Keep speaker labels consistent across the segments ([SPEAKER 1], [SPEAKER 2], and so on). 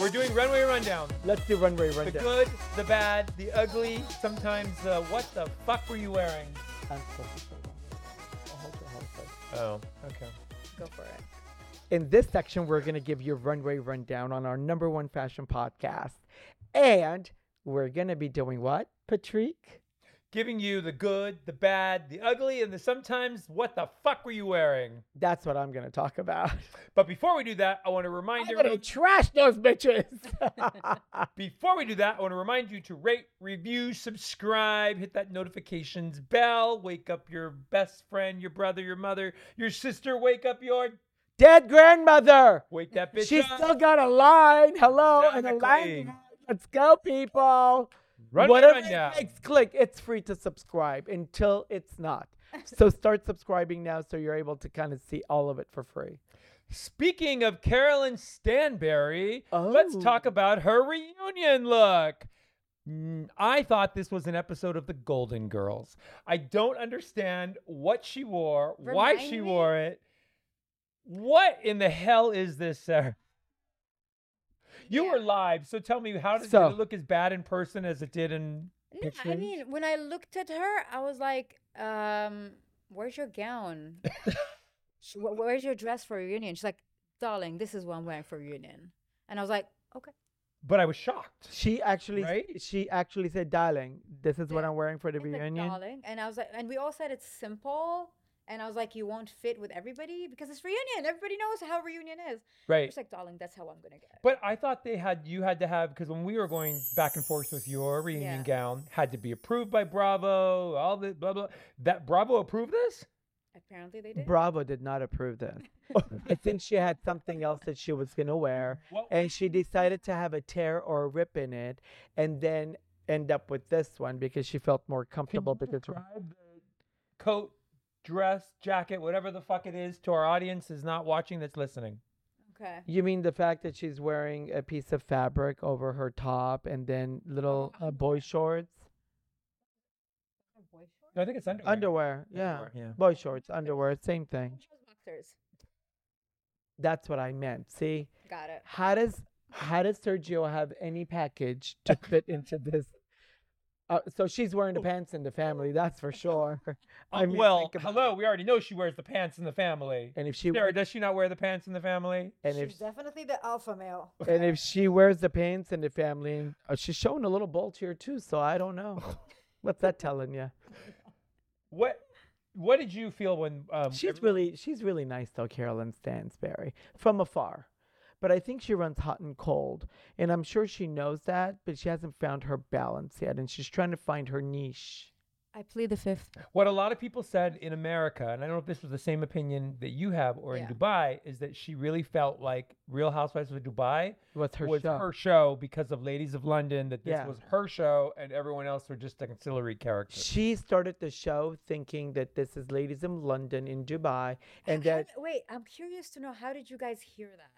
[SPEAKER 1] We're doing runway rundown.
[SPEAKER 2] Let's do runway
[SPEAKER 1] The
[SPEAKER 2] rundown.
[SPEAKER 1] good, the bad, the ugly. Sometimes, uh, what the fuck were you wearing?
[SPEAKER 2] I'm so- so wrong. I'll Oh, hold it, hold it.
[SPEAKER 1] Oh, okay.
[SPEAKER 3] Go for it.
[SPEAKER 2] In this section, we're going to give you a runway rundown on our number one fashion podcast. And we're going to be doing what, Patrick?
[SPEAKER 1] Giving you the good, the bad, the ugly, and the sometimes what the fuck were you wearing?
[SPEAKER 2] That's what I'm going to talk about.
[SPEAKER 1] But before we do that, I want to remind
[SPEAKER 2] I'm
[SPEAKER 1] everybody.
[SPEAKER 2] going to trash those bitches.
[SPEAKER 1] Before we do that, I want to remind you to rate, review, subscribe, hit that notifications bell, wake up your best friend, your brother, your mother, your sister, wake up your
[SPEAKER 2] Dead grandmother.
[SPEAKER 1] wake that bitch
[SPEAKER 2] She's
[SPEAKER 1] up.
[SPEAKER 2] still got a line. Hello, and a
[SPEAKER 1] Exactly.
[SPEAKER 2] line. Let's go, people.
[SPEAKER 1] Runway
[SPEAKER 2] Whatever
[SPEAKER 1] rundown.
[SPEAKER 2] it takes, click. It's free to subscribe until it's not. So start subscribing now so you're able to kind of see all of it for free.
[SPEAKER 1] Speaking of Carolyn Stanberry, let's
[SPEAKER 2] Oh.
[SPEAKER 1] talk about her reunion look. Mm, I thought this was an episode of The Golden Girls. I don't understand what she wore, why
[SPEAKER 3] Remind
[SPEAKER 1] she
[SPEAKER 3] me.
[SPEAKER 1] wore it. What in the hell is this, Sarah? You were live, so tell me, how did,
[SPEAKER 2] So-
[SPEAKER 1] did it look as bad in person as it did in
[SPEAKER 3] No,
[SPEAKER 1] pictures?
[SPEAKER 3] I mean, when I looked at her, I was like, um, "Where's your gown? Sh- wh- Where's your dress for reunion?" She's like, "Darling, this is what I'm wearing for reunion." And I was like, "Okay."
[SPEAKER 1] but I was shocked.
[SPEAKER 2] She actually,
[SPEAKER 1] Right?
[SPEAKER 2] she actually said, "Darling, this is what I'm wearing for the
[SPEAKER 3] It's like,
[SPEAKER 2] reunion."
[SPEAKER 3] "Darling," and I was like, and we all said it's simple. And I was like, "You won't fit with everybody because it's reunion. Everybody knows how reunion is."
[SPEAKER 1] Right.
[SPEAKER 3] She's like, "Darling, that's how I'm gonna get."
[SPEAKER 1] But I thought they had you had to have because when we were going back and forth with your reunion
[SPEAKER 3] Yeah.
[SPEAKER 1] gown, had to be approved by Bravo. All the blah blah. That Bravo approved this.
[SPEAKER 3] Apparently, they did.
[SPEAKER 2] Bravo did not approve this. I think she had something else that she was gonna wear,
[SPEAKER 1] What-
[SPEAKER 2] and she decided to have a tear or a rip in it, and then end up with this one because she felt more
[SPEAKER 1] Can
[SPEAKER 2] comfortable
[SPEAKER 1] you
[SPEAKER 2] because
[SPEAKER 1] describe the coat, dress, jacket, whatever the fuck it is, to our audience is not watching that's listening.
[SPEAKER 3] Okay.
[SPEAKER 2] You mean the fact that she's wearing a piece of fabric over her top and then little
[SPEAKER 1] Oh,
[SPEAKER 2] uh, boy shorts?
[SPEAKER 1] No, I think it's underwear.
[SPEAKER 2] Underwear, yeah.
[SPEAKER 1] Underwear, yeah.
[SPEAKER 2] Boy shorts, underwear, same thing.
[SPEAKER 3] She was boxers.
[SPEAKER 2] That's what I meant. See,
[SPEAKER 3] Got it.
[SPEAKER 2] how does how does Sergio have any package to fit into this? Uh, so she's wearing the pants in the family, that's for sure.
[SPEAKER 1] Uh,
[SPEAKER 2] mean,
[SPEAKER 1] Oh. well,
[SPEAKER 2] think about
[SPEAKER 1] hello.
[SPEAKER 2] it.
[SPEAKER 1] We already know she wears the pants in the family.
[SPEAKER 2] And if she
[SPEAKER 1] Sarah,
[SPEAKER 2] wears,
[SPEAKER 1] does she not wear the pants in the family?
[SPEAKER 2] and
[SPEAKER 3] She's
[SPEAKER 2] if
[SPEAKER 3] definitely the alpha male.
[SPEAKER 2] and if she wears the pants in the family, and uh, she's showing a little bulge here too. So I don't know. What's that telling you?
[SPEAKER 1] What What did you feel when um,
[SPEAKER 2] She's
[SPEAKER 1] everyone-
[SPEAKER 2] really she's really nice though, Carolyn Stansberry, from afar. But I think she runs hot and cold. And I'm sure she knows that, but she hasn't found her balance yet and she's trying to find her niche.
[SPEAKER 3] I plead the fifth.
[SPEAKER 1] What a lot of people said in America, and I don't know if this was the same opinion that you have or
[SPEAKER 3] Yeah.
[SPEAKER 1] in Dubai, is that she really felt like Real Housewives of Dubai
[SPEAKER 2] What's her
[SPEAKER 1] was
[SPEAKER 2] show?
[SPEAKER 1] her show because of Ladies of London, that this
[SPEAKER 2] Yeah.
[SPEAKER 1] was her show and everyone else were just ancillary characters.
[SPEAKER 2] She started the show thinking that this is ladies in London in Dubai and that
[SPEAKER 3] wait, I'm curious to know how did you guys hear that?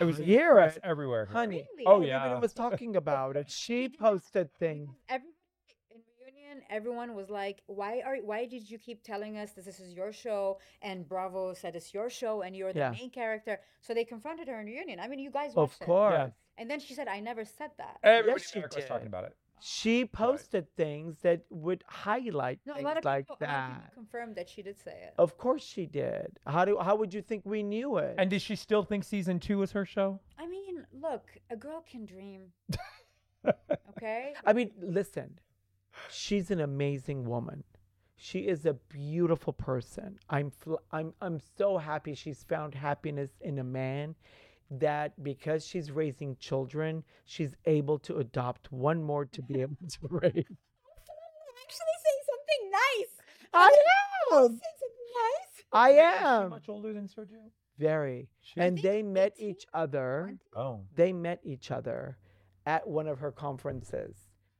[SPEAKER 2] it was
[SPEAKER 1] She's
[SPEAKER 2] here
[SPEAKER 1] press everywhere. here.
[SPEAKER 2] honey.
[SPEAKER 3] Really?
[SPEAKER 1] Oh,
[SPEAKER 2] Everybody
[SPEAKER 1] yeah.
[SPEAKER 2] was talking about it. She posted things.
[SPEAKER 3] Everybody in reunion reunion, everyone was like, "Why are? Why did you keep telling us that this is your show?" And Bravo said it's your show, and you're the
[SPEAKER 2] Yeah.
[SPEAKER 3] main character. So they confronted her in reunion. I mean, you guys
[SPEAKER 2] Of
[SPEAKER 3] watched it.
[SPEAKER 2] course.
[SPEAKER 3] And then she said, "I never said that."
[SPEAKER 1] Everybody in
[SPEAKER 2] Yes, you
[SPEAKER 1] America was talking
[SPEAKER 2] did.
[SPEAKER 1] about it.
[SPEAKER 2] She posted things that would highlight
[SPEAKER 3] No, a
[SPEAKER 2] things
[SPEAKER 3] lot of
[SPEAKER 2] like
[SPEAKER 3] people, a lot of people
[SPEAKER 2] that. Oh.
[SPEAKER 3] confirmed that she did say it.
[SPEAKER 2] Of course she did. How do how would you think we knew it?
[SPEAKER 1] And does she still think season two was her show?
[SPEAKER 3] I mean, look, a girl can dream. okay.
[SPEAKER 2] I mean, listen, she's an amazing woman. She is a beautiful person. I'm fl- I'm I'm so happy she's found happiness in a man that because she's raising children, she's able to adopt one more to be able to raise.
[SPEAKER 3] I'm actually saying something nice.
[SPEAKER 2] I
[SPEAKER 3] Saying
[SPEAKER 2] am.
[SPEAKER 3] something nice.
[SPEAKER 2] I
[SPEAKER 1] Wait, is she
[SPEAKER 2] am
[SPEAKER 1] Much older than Sergio.
[SPEAKER 2] very.
[SPEAKER 1] She- I
[SPEAKER 2] And
[SPEAKER 3] think
[SPEAKER 2] they met
[SPEAKER 3] 18,
[SPEAKER 2] each other.
[SPEAKER 1] Oh.
[SPEAKER 2] They met each other at one of her conferences,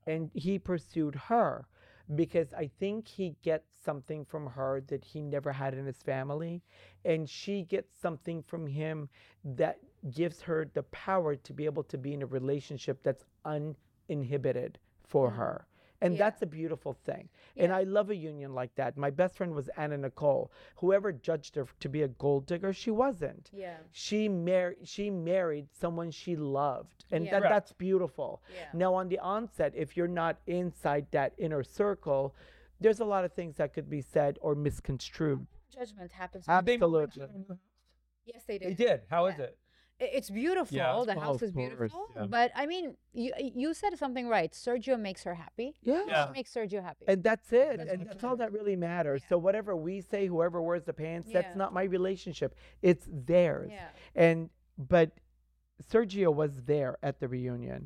[SPEAKER 2] and he pursued her because I think he gets something from her that he never had in his family, and she gets something from him that gives her the power to be able to be in a relationship that's uninhibited for her. And
[SPEAKER 3] Mm-hmm. Yeah.
[SPEAKER 2] that's a beautiful thing. And
[SPEAKER 3] Yeah.
[SPEAKER 2] I love a union like that. My best friend was Anna Nicole. Whoever judged her to be a gold digger, she wasn't
[SPEAKER 3] Yeah.
[SPEAKER 2] she married she married someone she loved and
[SPEAKER 3] Yeah.
[SPEAKER 2] that,
[SPEAKER 1] Correct.
[SPEAKER 2] that's beautiful
[SPEAKER 3] Yeah.
[SPEAKER 2] now on the onset if you're not inside that inner circle there's a lot of things that could be said or misconstrued
[SPEAKER 3] Judgment happens.
[SPEAKER 2] Ab-
[SPEAKER 1] They moved
[SPEAKER 2] Absolutely.
[SPEAKER 1] into their new house?
[SPEAKER 3] yes, they did.
[SPEAKER 1] They did. How is
[SPEAKER 3] Yeah.
[SPEAKER 1] it?
[SPEAKER 3] I- It's beautiful. the
[SPEAKER 2] Well,
[SPEAKER 3] house
[SPEAKER 2] of
[SPEAKER 3] is
[SPEAKER 2] course,
[SPEAKER 3] beautiful.
[SPEAKER 1] yeah.
[SPEAKER 3] But I mean, you you said something right. Sergio makes her happy.
[SPEAKER 2] yeah,
[SPEAKER 1] Yeah.
[SPEAKER 3] She makes Sergio happy.
[SPEAKER 2] and that's it
[SPEAKER 1] That's
[SPEAKER 2] and
[SPEAKER 1] what
[SPEAKER 2] that's all that
[SPEAKER 1] matters.
[SPEAKER 2] really matters so whatever we say whoever wears the pants
[SPEAKER 3] Yeah.
[SPEAKER 2] that's not my relationship it's theirs
[SPEAKER 3] Yeah.
[SPEAKER 2] and but sergio was there at the reunion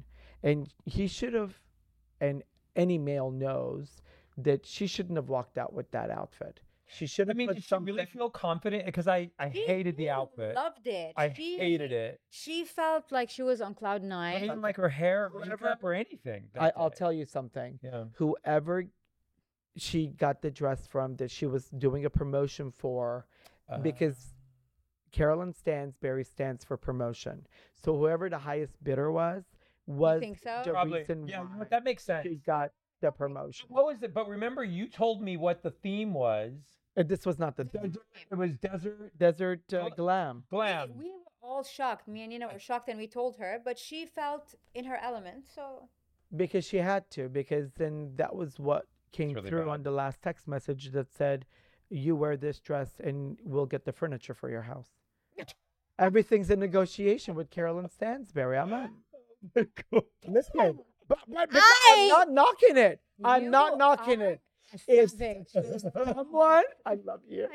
[SPEAKER 2] and he should have and any male knows that she shouldn't have walked out with that outfit she should
[SPEAKER 1] I
[SPEAKER 2] have
[SPEAKER 1] mean,
[SPEAKER 2] put
[SPEAKER 1] did she
[SPEAKER 2] something
[SPEAKER 1] really feel confident? Because I, I
[SPEAKER 3] She-
[SPEAKER 1] hated
[SPEAKER 3] she
[SPEAKER 1] the outfit.
[SPEAKER 3] Loved it.
[SPEAKER 1] I
[SPEAKER 3] she,
[SPEAKER 1] hated it.
[SPEAKER 3] She felt like she was on cloud
[SPEAKER 1] I
[SPEAKER 3] nine.
[SPEAKER 1] didn't like her hair, or
[SPEAKER 2] Whoever-
[SPEAKER 1] makeup, or anything.
[SPEAKER 2] I,
[SPEAKER 1] that
[SPEAKER 2] I'll
[SPEAKER 1] day.
[SPEAKER 2] tell you something.
[SPEAKER 1] Yeah.
[SPEAKER 2] Whoever she got the dress from that she was doing a promotion for, because
[SPEAKER 1] Ah.
[SPEAKER 2] Carolyn Stansberry stands for promotion. So whoever the highest bidder was was
[SPEAKER 3] think so?
[SPEAKER 2] the
[SPEAKER 1] Probably.
[SPEAKER 2] reason
[SPEAKER 1] Yeah, you know
[SPEAKER 2] why
[SPEAKER 1] what? That makes
[SPEAKER 2] she
[SPEAKER 1] sense.
[SPEAKER 2] got the promotion.
[SPEAKER 1] What was it? But remember, you told me what the theme was.
[SPEAKER 2] Uh, This was not the
[SPEAKER 1] It was desert
[SPEAKER 2] desert uh,
[SPEAKER 1] Well,
[SPEAKER 2] glam.
[SPEAKER 1] glam.
[SPEAKER 3] We were all shocked. Me and Nina were shocked, and we told her, but she felt in her element. So
[SPEAKER 2] Because she had to, because then that was what came
[SPEAKER 1] really
[SPEAKER 2] through
[SPEAKER 1] bad.
[SPEAKER 2] on the last text message that said, You wear this dress and we'll get the furniture for your house. Everything's in negotiation with Carolyn Stansberry. I'm not. Listen, but, but, but
[SPEAKER 3] I-
[SPEAKER 2] I'm not knocking it. I'm
[SPEAKER 3] you
[SPEAKER 2] not knocking
[SPEAKER 3] are
[SPEAKER 2] it.
[SPEAKER 3] a
[SPEAKER 2] If
[SPEAKER 3] savage.
[SPEAKER 2] someone, I love you.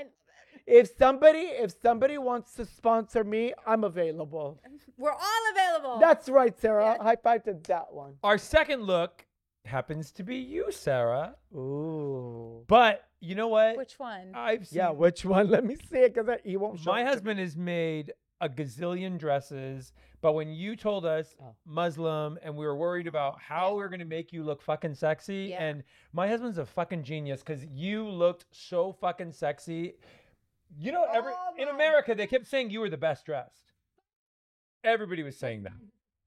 [SPEAKER 2] If somebody, if somebody wants to sponsor me, I'm available.
[SPEAKER 3] We're all available.
[SPEAKER 2] That's right, Sarah.
[SPEAKER 3] Oh. Yeah.
[SPEAKER 2] High five to that one.
[SPEAKER 1] Our second look happens to be you, Sarah.
[SPEAKER 2] Ooh.
[SPEAKER 1] But you know what?
[SPEAKER 3] Which one?
[SPEAKER 1] I've seen
[SPEAKER 2] Yeah, which one? Let me see it because he won't. show
[SPEAKER 1] my
[SPEAKER 2] it to me.
[SPEAKER 1] husband has made a gazillion dresses, but when you told us
[SPEAKER 2] Oh.
[SPEAKER 1] Muslim and we were worried about how we are gonna make you look fucking sexy,
[SPEAKER 3] Yeah.
[SPEAKER 1] and my husband's a fucking genius because you looked so fucking sexy. You know, every
[SPEAKER 3] Oh
[SPEAKER 1] in
[SPEAKER 3] my
[SPEAKER 1] America they kept saying you were the best dressed. Everybody was saying that.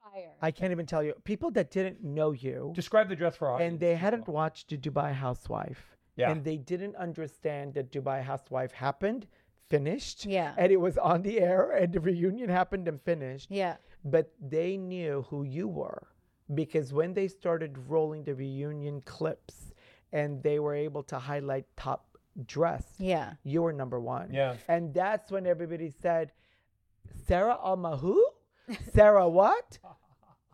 [SPEAKER 3] Fire.
[SPEAKER 2] I can't even tell you. People that didn't know you
[SPEAKER 1] Describe the dress for our
[SPEAKER 2] and they
[SPEAKER 1] audience, Oh,
[SPEAKER 2] hadn't
[SPEAKER 1] people.
[SPEAKER 2] watched the Dubai Housewife.
[SPEAKER 1] Yeah.
[SPEAKER 2] And they didn't understand that Dubai Housewife happened, finished.
[SPEAKER 3] Yeah.
[SPEAKER 2] And it was on the air and the reunion happened and finished.
[SPEAKER 3] yeah.
[SPEAKER 2] But they knew who you were because when they started rolling the reunion clips and they were able to highlight top dress,
[SPEAKER 3] Yeah.
[SPEAKER 2] you were number one.
[SPEAKER 1] Yeah.
[SPEAKER 2] And that's when everybody said, Sarah Alma who? Sarah what?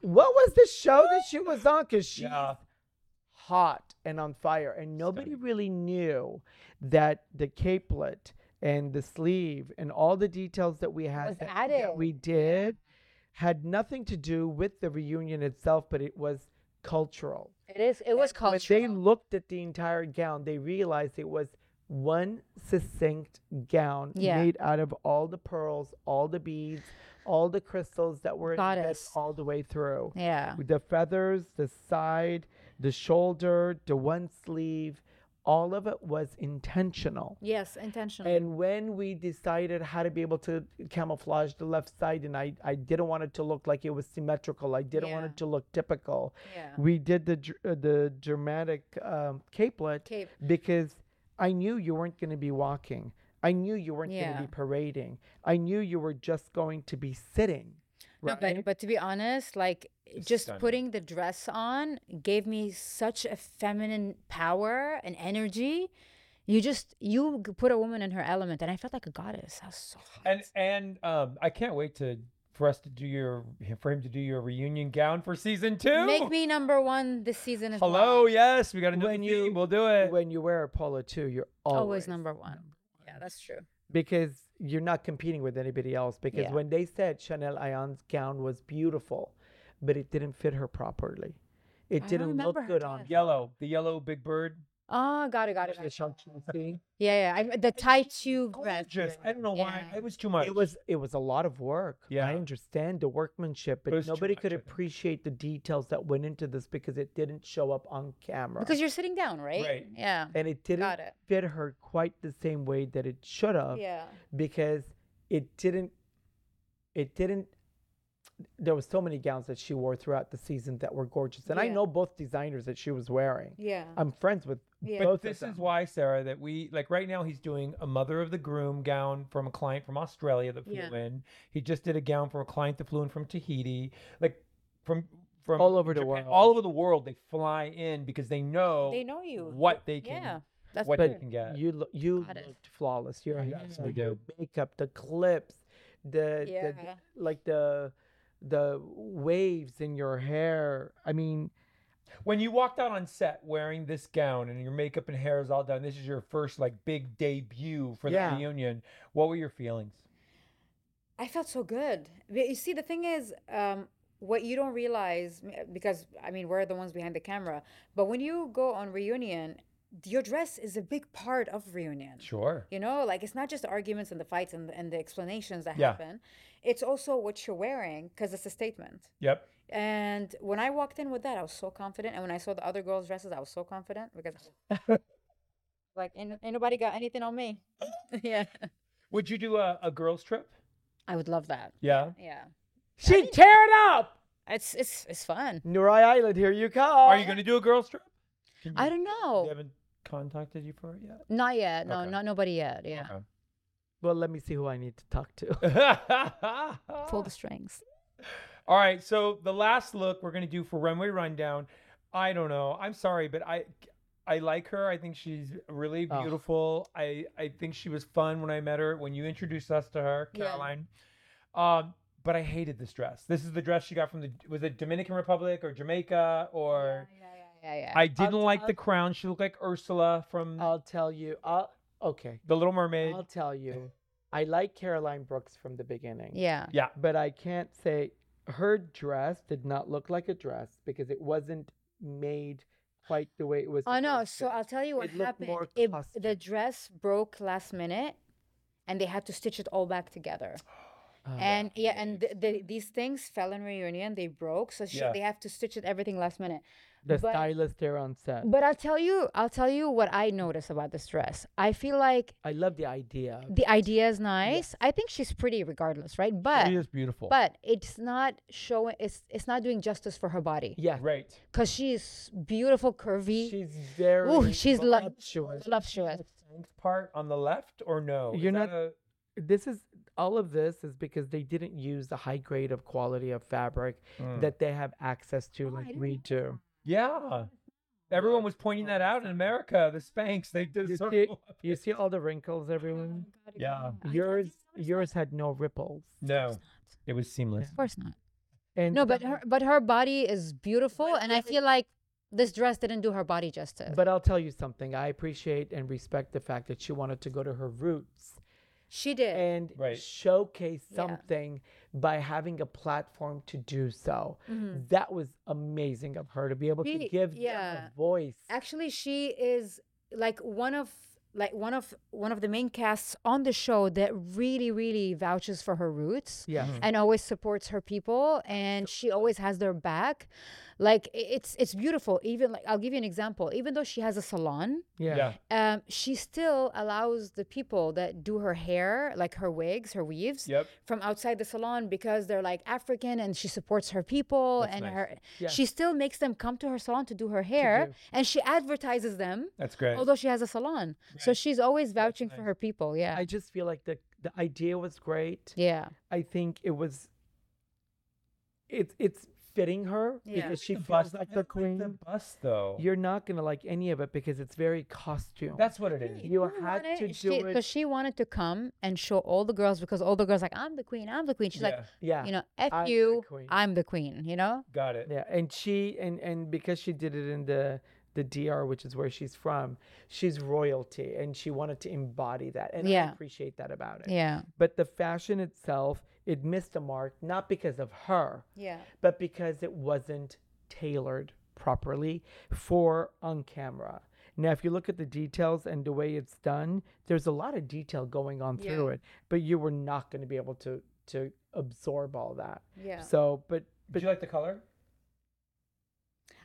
[SPEAKER 2] What was the show that she was on? Because she's
[SPEAKER 1] Yeah.
[SPEAKER 2] hot and on fire. And nobody really knew that the capelet and the sleeve and all the details that we had
[SPEAKER 3] Was
[SPEAKER 2] that, that we did had nothing to do with the reunion itself, but it was cultural.
[SPEAKER 3] It is. It was
[SPEAKER 2] When
[SPEAKER 3] cultural.
[SPEAKER 2] they looked at the entire gown, they realized it was one succinct gown
[SPEAKER 3] Yeah.
[SPEAKER 2] made out of all the pearls, all the beads, all the crystals that were embedded
[SPEAKER 3] Goddess.
[SPEAKER 2] all the way through.
[SPEAKER 3] yeah.
[SPEAKER 2] With The feathers, the side, the shoulder, the one sleeve, all of it was intentional.
[SPEAKER 3] Yes, intentionally.
[SPEAKER 2] And when we decided how to be able to camouflage the left side, and I, I didn't want it to look like it was symmetrical, I didn't want
[SPEAKER 3] Yeah.
[SPEAKER 2] it to look typical.
[SPEAKER 3] yeah.
[SPEAKER 2] We did the dr- uh, the dramatic um, capelet
[SPEAKER 3] Cape.
[SPEAKER 2] because I knew you weren't going to be walking. I knew you weren't going
[SPEAKER 3] Yeah.
[SPEAKER 2] to be parading. I knew you were just going to be sitting.
[SPEAKER 3] No,
[SPEAKER 2] Right?
[SPEAKER 3] but, but to be honest, like just
[SPEAKER 1] stunning.
[SPEAKER 3] putting the dress on gave me such a feminine power and energy. You just you g- put a woman in her element, and I felt like a goddess. I was so hot.
[SPEAKER 1] And and um, I can't wait to for us to do your for him to do your reunion gown for season two.
[SPEAKER 3] Make me number one this season as
[SPEAKER 1] Hello,
[SPEAKER 3] well.
[SPEAKER 1] yes, we got another
[SPEAKER 2] When you-
[SPEAKER 1] theme. We'll do it.
[SPEAKER 2] when you wear a polo too, you're always,
[SPEAKER 3] Always, number one. Yeah, that's true.
[SPEAKER 2] because you're not competing with anybody else. Because
[SPEAKER 3] Yeah.
[SPEAKER 2] when they said Chanel Ayan's gown was beautiful, but it didn't fit her properly, it
[SPEAKER 3] I don't
[SPEAKER 2] didn't look
[SPEAKER 3] remember her
[SPEAKER 2] good on
[SPEAKER 3] dress.
[SPEAKER 1] yellow, the yellow big bird.
[SPEAKER 3] Oh, got it, got it.
[SPEAKER 2] the
[SPEAKER 3] Got it.
[SPEAKER 2] Shang-Chi.
[SPEAKER 3] Yeah, yeah. I, the Tai Chu dress.
[SPEAKER 1] Gorgeous. I don't know why
[SPEAKER 3] Yeah.
[SPEAKER 1] it was too much.
[SPEAKER 2] It was it was a lot of work.
[SPEAKER 1] Yeah.
[SPEAKER 2] I understand the workmanship,
[SPEAKER 1] It
[SPEAKER 2] but
[SPEAKER 1] was too
[SPEAKER 2] nobody
[SPEAKER 1] much,
[SPEAKER 2] could
[SPEAKER 1] I think.
[SPEAKER 2] appreciate the details that went into this because it didn't show up on camera.
[SPEAKER 3] Because you're sitting down, right?
[SPEAKER 1] Right.
[SPEAKER 3] Yeah.
[SPEAKER 2] and it didn't
[SPEAKER 3] it.
[SPEAKER 2] fit her quite the same way that it should
[SPEAKER 1] uh,
[SPEAKER 2] have
[SPEAKER 3] Yeah.
[SPEAKER 2] because it didn't it didn't there was so many gowns that she wore throughout the season that were gorgeous and i
[SPEAKER 3] Yeah.
[SPEAKER 2] know both designers that she was wearing
[SPEAKER 3] Yeah.
[SPEAKER 2] i'm friends with
[SPEAKER 3] Yeah.
[SPEAKER 2] both
[SPEAKER 1] But
[SPEAKER 2] of
[SPEAKER 1] this is
[SPEAKER 2] them.
[SPEAKER 1] why, Sarah, that we like right now he's doing a mother of the groom gown from a client from Australia that flew
[SPEAKER 3] Yeah.
[SPEAKER 1] in. He just did a gown from a client that flew in from Tahiti, like from from
[SPEAKER 2] All over the
[SPEAKER 1] Japan-
[SPEAKER 2] world.
[SPEAKER 1] All over the world, they fly in because they know
[SPEAKER 3] They know you.
[SPEAKER 1] what they can.
[SPEAKER 3] Yeah. That's
[SPEAKER 1] what
[SPEAKER 3] true.
[SPEAKER 1] they can get.
[SPEAKER 2] you look you
[SPEAKER 3] Got it.
[SPEAKER 2] looked flawless your
[SPEAKER 1] Yes,
[SPEAKER 2] hair,
[SPEAKER 1] we
[SPEAKER 2] your
[SPEAKER 1] do.
[SPEAKER 2] makeup the clips the, the
[SPEAKER 3] Yeah.
[SPEAKER 2] like the the waves in your hair i mean
[SPEAKER 1] When you walked out on set wearing this gown and your makeup and hair is all done, this is your first like big debut for
[SPEAKER 2] Yeah.
[SPEAKER 1] the reunion. What were your feelings?
[SPEAKER 3] I felt so good. But You see, the thing is, um, what you don't realize, m- because I mean, we're the ones behind the camera, but when you go on reunion, your dress is a big part of reunion.
[SPEAKER 1] Sure.
[SPEAKER 3] You know, like it's not just the arguments and the fights and, and the explanations that
[SPEAKER 1] Yeah.
[SPEAKER 3] happen, it's also what you're wearing because it's a statement.
[SPEAKER 1] Yep.
[SPEAKER 3] And when I walked in with that, I was so confident. And when I saw the other girls' dresses, I was so confident because, like, ain't, ain't nobody got anything on me. yeah.
[SPEAKER 1] Would you do a, a girls trip?
[SPEAKER 3] I would love that.
[SPEAKER 1] Yeah.
[SPEAKER 3] Yeah.
[SPEAKER 2] she tear it up
[SPEAKER 3] It's it's it's fun.
[SPEAKER 2] Nurai Island, here you come.
[SPEAKER 1] Are you going to do a girls trip? Can
[SPEAKER 3] Oh. I
[SPEAKER 1] you-
[SPEAKER 3] don't
[SPEAKER 1] They
[SPEAKER 3] know.
[SPEAKER 1] haven't contacted you for it yet.
[SPEAKER 3] Not yet. No,
[SPEAKER 1] Okay.
[SPEAKER 3] not nobody yet. Yeah.
[SPEAKER 2] Well, let me see who I need to talk to.
[SPEAKER 3] Pull the strings.
[SPEAKER 1] All right. So the last look we're gonna do for runway rundown. I don't know. I'm sorry, but I I like her. I think she's really
[SPEAKER 2] Oh.
[SPEAKER 1] beautiful. I I think she was fun when I met her. When you introduced us to her,
[SPEAKER 3] Yeah.
[SPEAKER 1] Caroline. Um, but I hated this dress. This is the dress she got from the was it Dominican Republic or Jamaica or
[SPEAKER 3] Yeah, yeah, yeah.
[SPEAKER 1] I didn't
[SPEAKER 2] I'll-
[SPEAKER 1] like
[SPEAKER 2] I'll-
[SPEAKER 1] the crown. She looked like Ursula from
[SPEAKER 2] I'll tell you. I'll, okay.
[SPEAKER 1] The Little Mermaid.
[SPEAKER 2] I'll tell you. I like Caroline Brooks from the beginning.
[SPEAKER 3] yeah.
[SPEAKER 1] yeah.
[SPEAKER 2] But I can't say her dress did not look like a dress because it wasn't made quite the way it was.
[SPEAKER 3] Oh no!
[SPEAKER 2] supposed
[SPEAKER 3] So
[SPEAKER 2] to.
[SPEAKER 3] I'll tell you what
[SPEAKER 2] It looked
[SPEAKER 3] happened.
[SPEAKER 2] more
[SPEAKER 3] It- the
[SPEAKER 2] costume.
[SPEAKER 3] dress broke last minute, and they had to stitch it all back together.
[SPEAKER 2] Oh.
[SPEAKER 3] and yeah, and th- the, these things fell in reunion. They broke, so she,
[SPEAKER 1] Yeah.
[SPEAKER 3] they have to stitch it everything last minute.
[SPEAKER 2] the
[SPEAKER 3] but-
[SPEAKER 2] stylist there on set.
[SPEAKER 3] But I'll tell you, I'll tell you what I notice about this dress. I feel like
[SPEAKER 2] I love the idea.
[SPEAKER 3] the idea is nice. I think she's pretty regardless, right? But
[SPEAKER 1] She is beautiful.
[SPEAKER 3] but it's not showing. It's it's not doing justice for her body.
[SPEAKER 2] Yeah.
[SPEAKER 1] right.
[SPEAKER 3] Cause she's beautiful, curvy.
[SPEAKER 2] She's very
[SPEAKER 3] Ooh, she's lo-
[SPEAKER 2] voluptuous.
[SPEAKER 3] voluptuous.
[SPEAKER 1] Strength part on the left or no? Is
[SPEAKER 2] You're
[SPEAKER 1] that
[SPEAKER 2] not-
[SPEAKER 1] a-
[SPEAKER 2] this is all of this is because they didn't use the high grade of quality of fabric that they have access to
[SPEAKER 3] Oh,
[SPEAKER 2] like we do.
[SPEAKER 1] Yeah. Everyone was pointing that out in America. The Spanx, they did
[SPEAKER 2] You
[SPEAKER 1] sort
[SPEAKER 2] see,
[SPEAKER 1] of-
[SPEAKER 2] you see all the wrinkles everywhere?
[SPEAKER 1] Yeah.
[SPEAKER 2] Yours yours had no ripples.
[SPEAKER 1] No, it was seamless.
[SPEAKER 3] Of course not.
[SPEAKER 2] And
[SPEAKER 3] No, but her but her body is beautiful, and I feel like this dress didn't do her body justice.
[SPEAKER 2] but I'll tell you something. I appreciate and respect the fact that she wanted to go to her roots
[SPEAKER 3] she did.
[SPEAKER 2] and
[SPEAKER 1] Right.
[SPEAKER 2] showcase
[SPEAKER 3] Yeah.
[SPEAKER 2] something by having a platform to do so.
[SPEAKER 3] Mm-hmm.
[SPEAKER 2] That was amazing of her to be able to
[SPEAKER 3] She-
[SPEAKER 2] give them
[SPEAKER 3] yeah.
[SPEAKER 2] a voice.
[SPEAKER 3] Actually, she is like one of like one of one of the main casts on the show that really really vouches for her roots
[SPEAKER 2] Yeah.
[SPEAKER 3] and always supports her people and she always has their back Like i- it's it's beautiful. Even like I'll give you an example. Even though she has a salon,
[SPEAKER 2] Yeah.
[SPEAKER 1] Yeah.
[SPEAKER 3] um, she still allows the people that do her hair, like her wigs, her weaves,
[SPEAKER 1] Yep.
[SPEAKER 3] from outside the salon because they're like African and she supports her people
[SPEAKER 1] That's
[SPEAKER 3] and
[SPEAKER 1] nice.
[SPEAKER 3] her.
[SPEAKER 2] Yeah.
[SPEAKER 3] She still makes them come to her salon to do her hair
[SPEAKER 2] do.
[SPEAKER 3] and she advertises them,
[SPEAKER 1] That's great.
[SPEAKER 3] although she has a salon. So she's always vouching for
[SPEAKER 1] nice.
[SPEAKER 3] her people. Yeah.
[SPEAKER 2] I just feel like the the idea was great.
[SPEAKER 3] yeah.
[SPEAKER 2] I think it was. It's it's fitting her
[SPEAKER 3] Yeah.
[SPEAKER 2] because she
[SPEAKER 1] The
[SPEAKER 2] feels
[SPEAKER 1] bust-
[SPEAKER 2] like
[SPEAKER 1] I
[SPEAKER 2] the
[SPEAKER 1] don't
[SPEAKER 2] queen.
[SPEAKER 1] like The bust, though.
[SPEAKER 2] You're not gonna like any of it because it's very costume.
[SPEAKER 1] That's what it is.
[SPEAKER 2] you
[SPEAKER 3] Who
[SPEAKER 2] had
[SPEAKER 3] wanted-
[SPEAKER 2] to do
[SPEAKER 3] she,
[SPEAKER 2] it.
[SPEAKER 3] So she wanted to come and show all the girls because all the girls like, I'm the queen, I'm the queen. She's like,
[SPEAKER 2] yeah,
[SPEAKER 3] you know, F
[SPEAKER 2] I'm the
[SPEAKER 3] you,
[SPEAKER 2] queen."
[SPEAKER 3] I'm the queen, you know?
[SPEAKER 1] Got it.
[SPEAKER 2] yeah, and she and and because she did it in the the DR, which is where she's from, she's royalty, and she wanted to embody that, and I
[SPEAKER 3] Yeah.
[SPEAKER 2] appreciate that about it.
[SPEAKER 3] Yeah.
[SPEAKER 2] But the fashion itself, it missed a mark, not because of her,
[SPEAKER 3] Yeah.
[SPEAKER 2] but because it wasn't tailored properly for on camera. Now, if you look at the details and the way it's done, there's a lot of detail going on
[SPEAKER 3] Yeah.
[SPEAKER 2] through it, but you were not going to be able to to absorb all that.
[SPEAKER 3] Yeah.
[SPEAKER 2] So, but
[SPEAKER 1] Did
[SPEAKER 2] but
[SPEAKER 1] you like the color?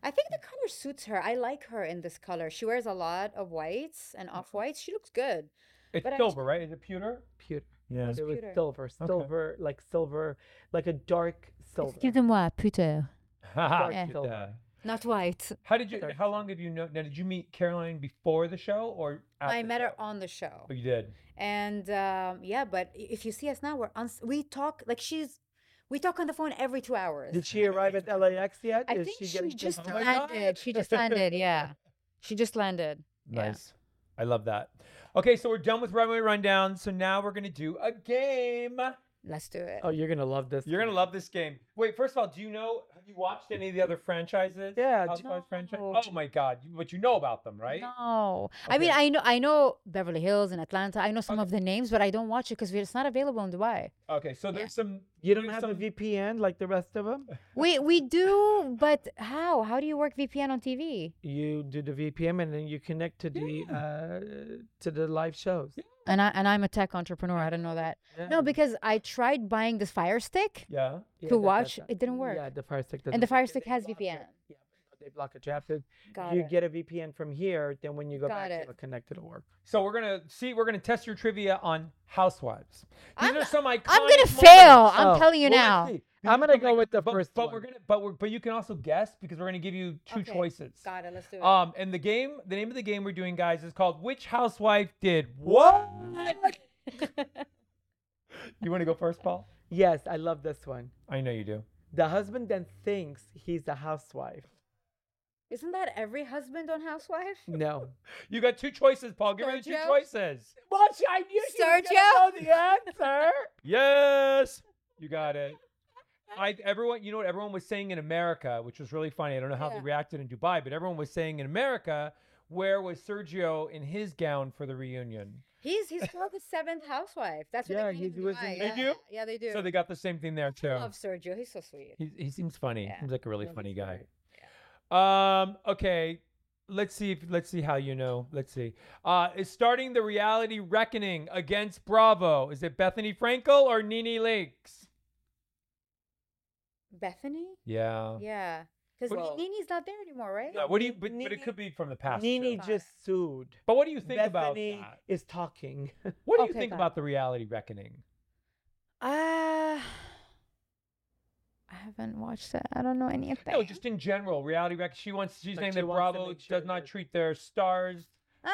[SPEAKER 3] I think the color suits her. I like her in this color. She wears a lot of whites and off whites. She looks good.
[SPEAKER 1] It's
[SPEAKER 3] But I-
[SPEAKER 1] silver, right? Is it pewter?
[SPEAKER 2] pewter,
[SPEAKER 1] Yeah.
[SPEAKER 2] it was
[SPEAKER 3] pewter.
[SPEAKER 2] silver, silver, like silver, like a dark silver.
[SPEAKER 3] moi, putain.
[SPEAKER 2] Dark silver.
[SPEAKER 3] Not white.
[SPEAKER 1] How did you?
[SPEAKER 2] Dark
[SPEAKER 1] How long have you known? Now, did you meet Caroline before the show or? at
[SPEAKER 3] I
[SPEAKER 1] the
[SPEAKER 3] met her
[SPEAKER 1] show?
[SPEAKER 3] on the show.
[SPEAKER 1] Oh, you did.
[SPEAKER 3] And um, yeah, but i- if you see us now, we're on, s- we talk like she's, we talk on the phone every two hours.
[SPEAKER 2] Did she arrive at LAX yet?
[SPEAKER 3] I
[SPEAKER 2] Is
[SPEAKER 3] think
[SPEAKER 2] she
[SPEAKER 3] she,
[SPEAKER 2] getting to-
[SPEAKER 3] just
[SPEAKER 1] Oh my God.
[SPEAKER 3] landed. She just landed. Yeah. She just landed. Yeah.
[SPEAKER 1] Nice. I love that. Okay, so we're done with runway rundown. So now we're gonna do a game.
[SPEAKER 3] Let's do it.
[SPEAKER 2] Oh, you're gonna love this.
[SPEAKER 1] You're gonna love this game. Wait, first of all, do you know? Have you watched any of the other franchises?
[SPEAKER 2] Yeah, do-
[SPEAKER 1] Housewives franchise.
[SPEAKER 3] No.
[SPEAKER 1] Oh my God! you- But you know about them, right?
[SPEAKER 3] No, I mean
[SPEAKER 1] Okay.
[SPEAKER 3] I know I know Beverly Hills and Atlanta. I know some
[SPEAKER 1] Okay.
[SPEAKER 3] of the names, but I don't watch it because it's not available in Dubai.
[SPEAKER 1] Okay, so
[SPEAKER 3] Yeah.
[SPEAKER 1] there's some.
[SPEAKER 2] You don't
[SPEAKER 1] there's
[SPEAKER 2] have
[SPEAKER 1] some,
[SPEAKER 2] a VPN like the rest of them.
[SPEAKER 3] We we do, but how? How do you work VPN on TV?
[SPEAKER 2] you do the VPN and then you connect to the uh, to the live shows.
[SPEAKER 3] And I and I'm a tech entrepreneur. I don't know that.
[SPEAKER 2] Yeah.
[SPEAKER 3] No, because I tried buying this Fire Stick,
[SPEAKER 1] Yeah.
[SPEAKER 2] Yeah,
[SPEAKER 3] to
[SPEAKER 2] that- that-
[SPEAKER 3] watch,
[SPEAKER 2] that-
[SPEAKER 3] it didn't
[SPEAKER 2] Yeah,
[SPEAKER 3] work.
[SPEAKER 2] the Fire Stick doesn't.
[SPEAKER 3] and the Fire
[SPEAKER 2] work.
[SPEAKER 3] Stick
[SPEAKER 2] They
[SPEAKER 3] has
[SPEAKER 2] block it.
[SPEAKER 3] VPN.
[SPEAKER 2] Yeah, but no, they block it. You have to.
[SPEAKER 3] Got
[SPEAKER 2] you
[SPEAKER 3] it.
[SPEAKER 2] get a VPN from here, then when you go
[SPEAKER 3] Got
[SPEAKER 2] back,
[SPEAKER 3] it.
[SPEAKER 2] it'll connect. It'll work.
[SPEAKER 1] So we're gonna see. We're gonna test your trivia on Housewives. These
[SPEAKER 3] I'm-
[SPEAKER 1] are some iconic.
[SPEAKER 3] I'm gonna
[SPEAKER 1] moments.
[SPEAKER 3] fail. I'm
[SPEAKER 2] Oh,
[SPEAKER 3] telling you
[SPEAKER 1] Well, let's
[SPEAKER 3] now.
[SPEAKER 1] see.
[SPEAKER 2] I'm
[SPEAKER 1] These are
[SPEAKER 2] gonna
[SPEAKER 1] some
[SPEAKER 2] go with the
[SPEAKER 1] but,
[SPEAKER 2] first
[SPEAKER 1] But
[SPEAKER 2] one.
[SPEAKER 1] we're gonna. But we're. But you can also guess because we're gonna give you two
[SPEAKER 3] Okay.
[SPEAKER 1] choices.
[SPEAKER 3] Got it. Let's do it.
[SPEAKER 1] Um, and the game, the name of the game we're doing, guys, is called "Which Housewife Did What." you want to go first, Paul?
[SPEAKER 2] Yes, I love this one.
[SPEAKER 1] I know you do.
[SPEAKER 2] The husband then thinks he's a housewife.
[SPEAKER 3] Isn't that every husband on Housewife?
[SPEAKER 2] No.
[SPEAKER 1] You got two choices, Paul. Give me the two
[SPEAKER 3] Sergio?
[SPEAKER 1] choices.
[SPEAKER 2] well, she, I knew she was
[SPEAKER 3] Sergio?
[SPEAKER 2] gonna know the answer.
[SPEAKER 1] Yes, you got it. I everyone, you know what everyone was saying in America, which was really funny. I don't know how they
[SPEAKER 3] Yeah.
[SPEAKER 1] reacted in Dubai, but everyone was saying in America, where was Sergio in his gown for the reunion?
[SPEAKER 3] He's he's called the seventh housewife. That's what
[SPEAKER 2] Yeah,
[SPEAKER 3] they call him
[SPEAKER 2] he
[SPEAKER 3] in
[SPEAKER 2] was in-
[SPEAKER 3] Dubai.
[SPEAKER 1] They
[SPEAKER 3] yeah.
[SPEAKER 1] do?
[SPEAKER 3] Yeah, they do.
[SPEAKER 1] So they got the same thing there too.
[SPEAKER 3] I love Sergio. He's so sweet.
[SPEAKER 1] He, he seems funny.
[SPEAKER 3] Yeah.
[SPEAKER 1] Seems like a really
[SPEAKER 2] No, he's
[SPEAKER 1] funny guy.
[SPEAKER 2] great.
[SPEAKER 1] Um. Okay. Let's see. If, let's see how you know. Let's see. Uh, is starting the reality reckoning against Bravo? Is it Bethany Frankel or Nene Lakes?
[SPEAKER 3] Bethany?
[SPEAKER 1] Yeah.
[SPEAKER 3] Yeah. Because
[SPEAKER 1] Oh. Well-
[SPEAKER 3] Nini's not there anymore, right?
[SPEAKER 1] No, what do you?
[SPEAKER 2] Ni-
[SPEAKER 1] But, but it
[SPEAKER 2] Nene-
[SPEAKER 1] could be from the past.
[SPEAKER 2] Nini
[SPEAKER 1] too.
[SPEAKER 3] Got it.
[SPEAKER 2] just sued.
[SPEAKER 1] But what do you think about
[SPEAKER 2] Bethany
[SPEAKER 1] that?
[SPEAKER 2] is talking.
[SPEAKER 1] What do you
[SPEAKER 3] Okay,
[SPEAKER 1] think
[SPEAKER 3] got it.
[SPEAKER 1] about the reality reckoning?
[SPEAKER 3] Uh, I haven't watched it. I don't know anything.
[SPEAKER 1] No, just in general, reality reckoning. She wants. She's
[SPEAKER 2] Like,
[SPEAKER 1] saying
[SPEAKER 2] she
[SPEAKER 1] that
[SPEAKER 2] wants to
[SPEAKER 1] Bravo
[SPEAKER 2] make sure
[SPEAKER 1] does not
[SPEAKER 2] that-
[SPEAKER 1] treat their stars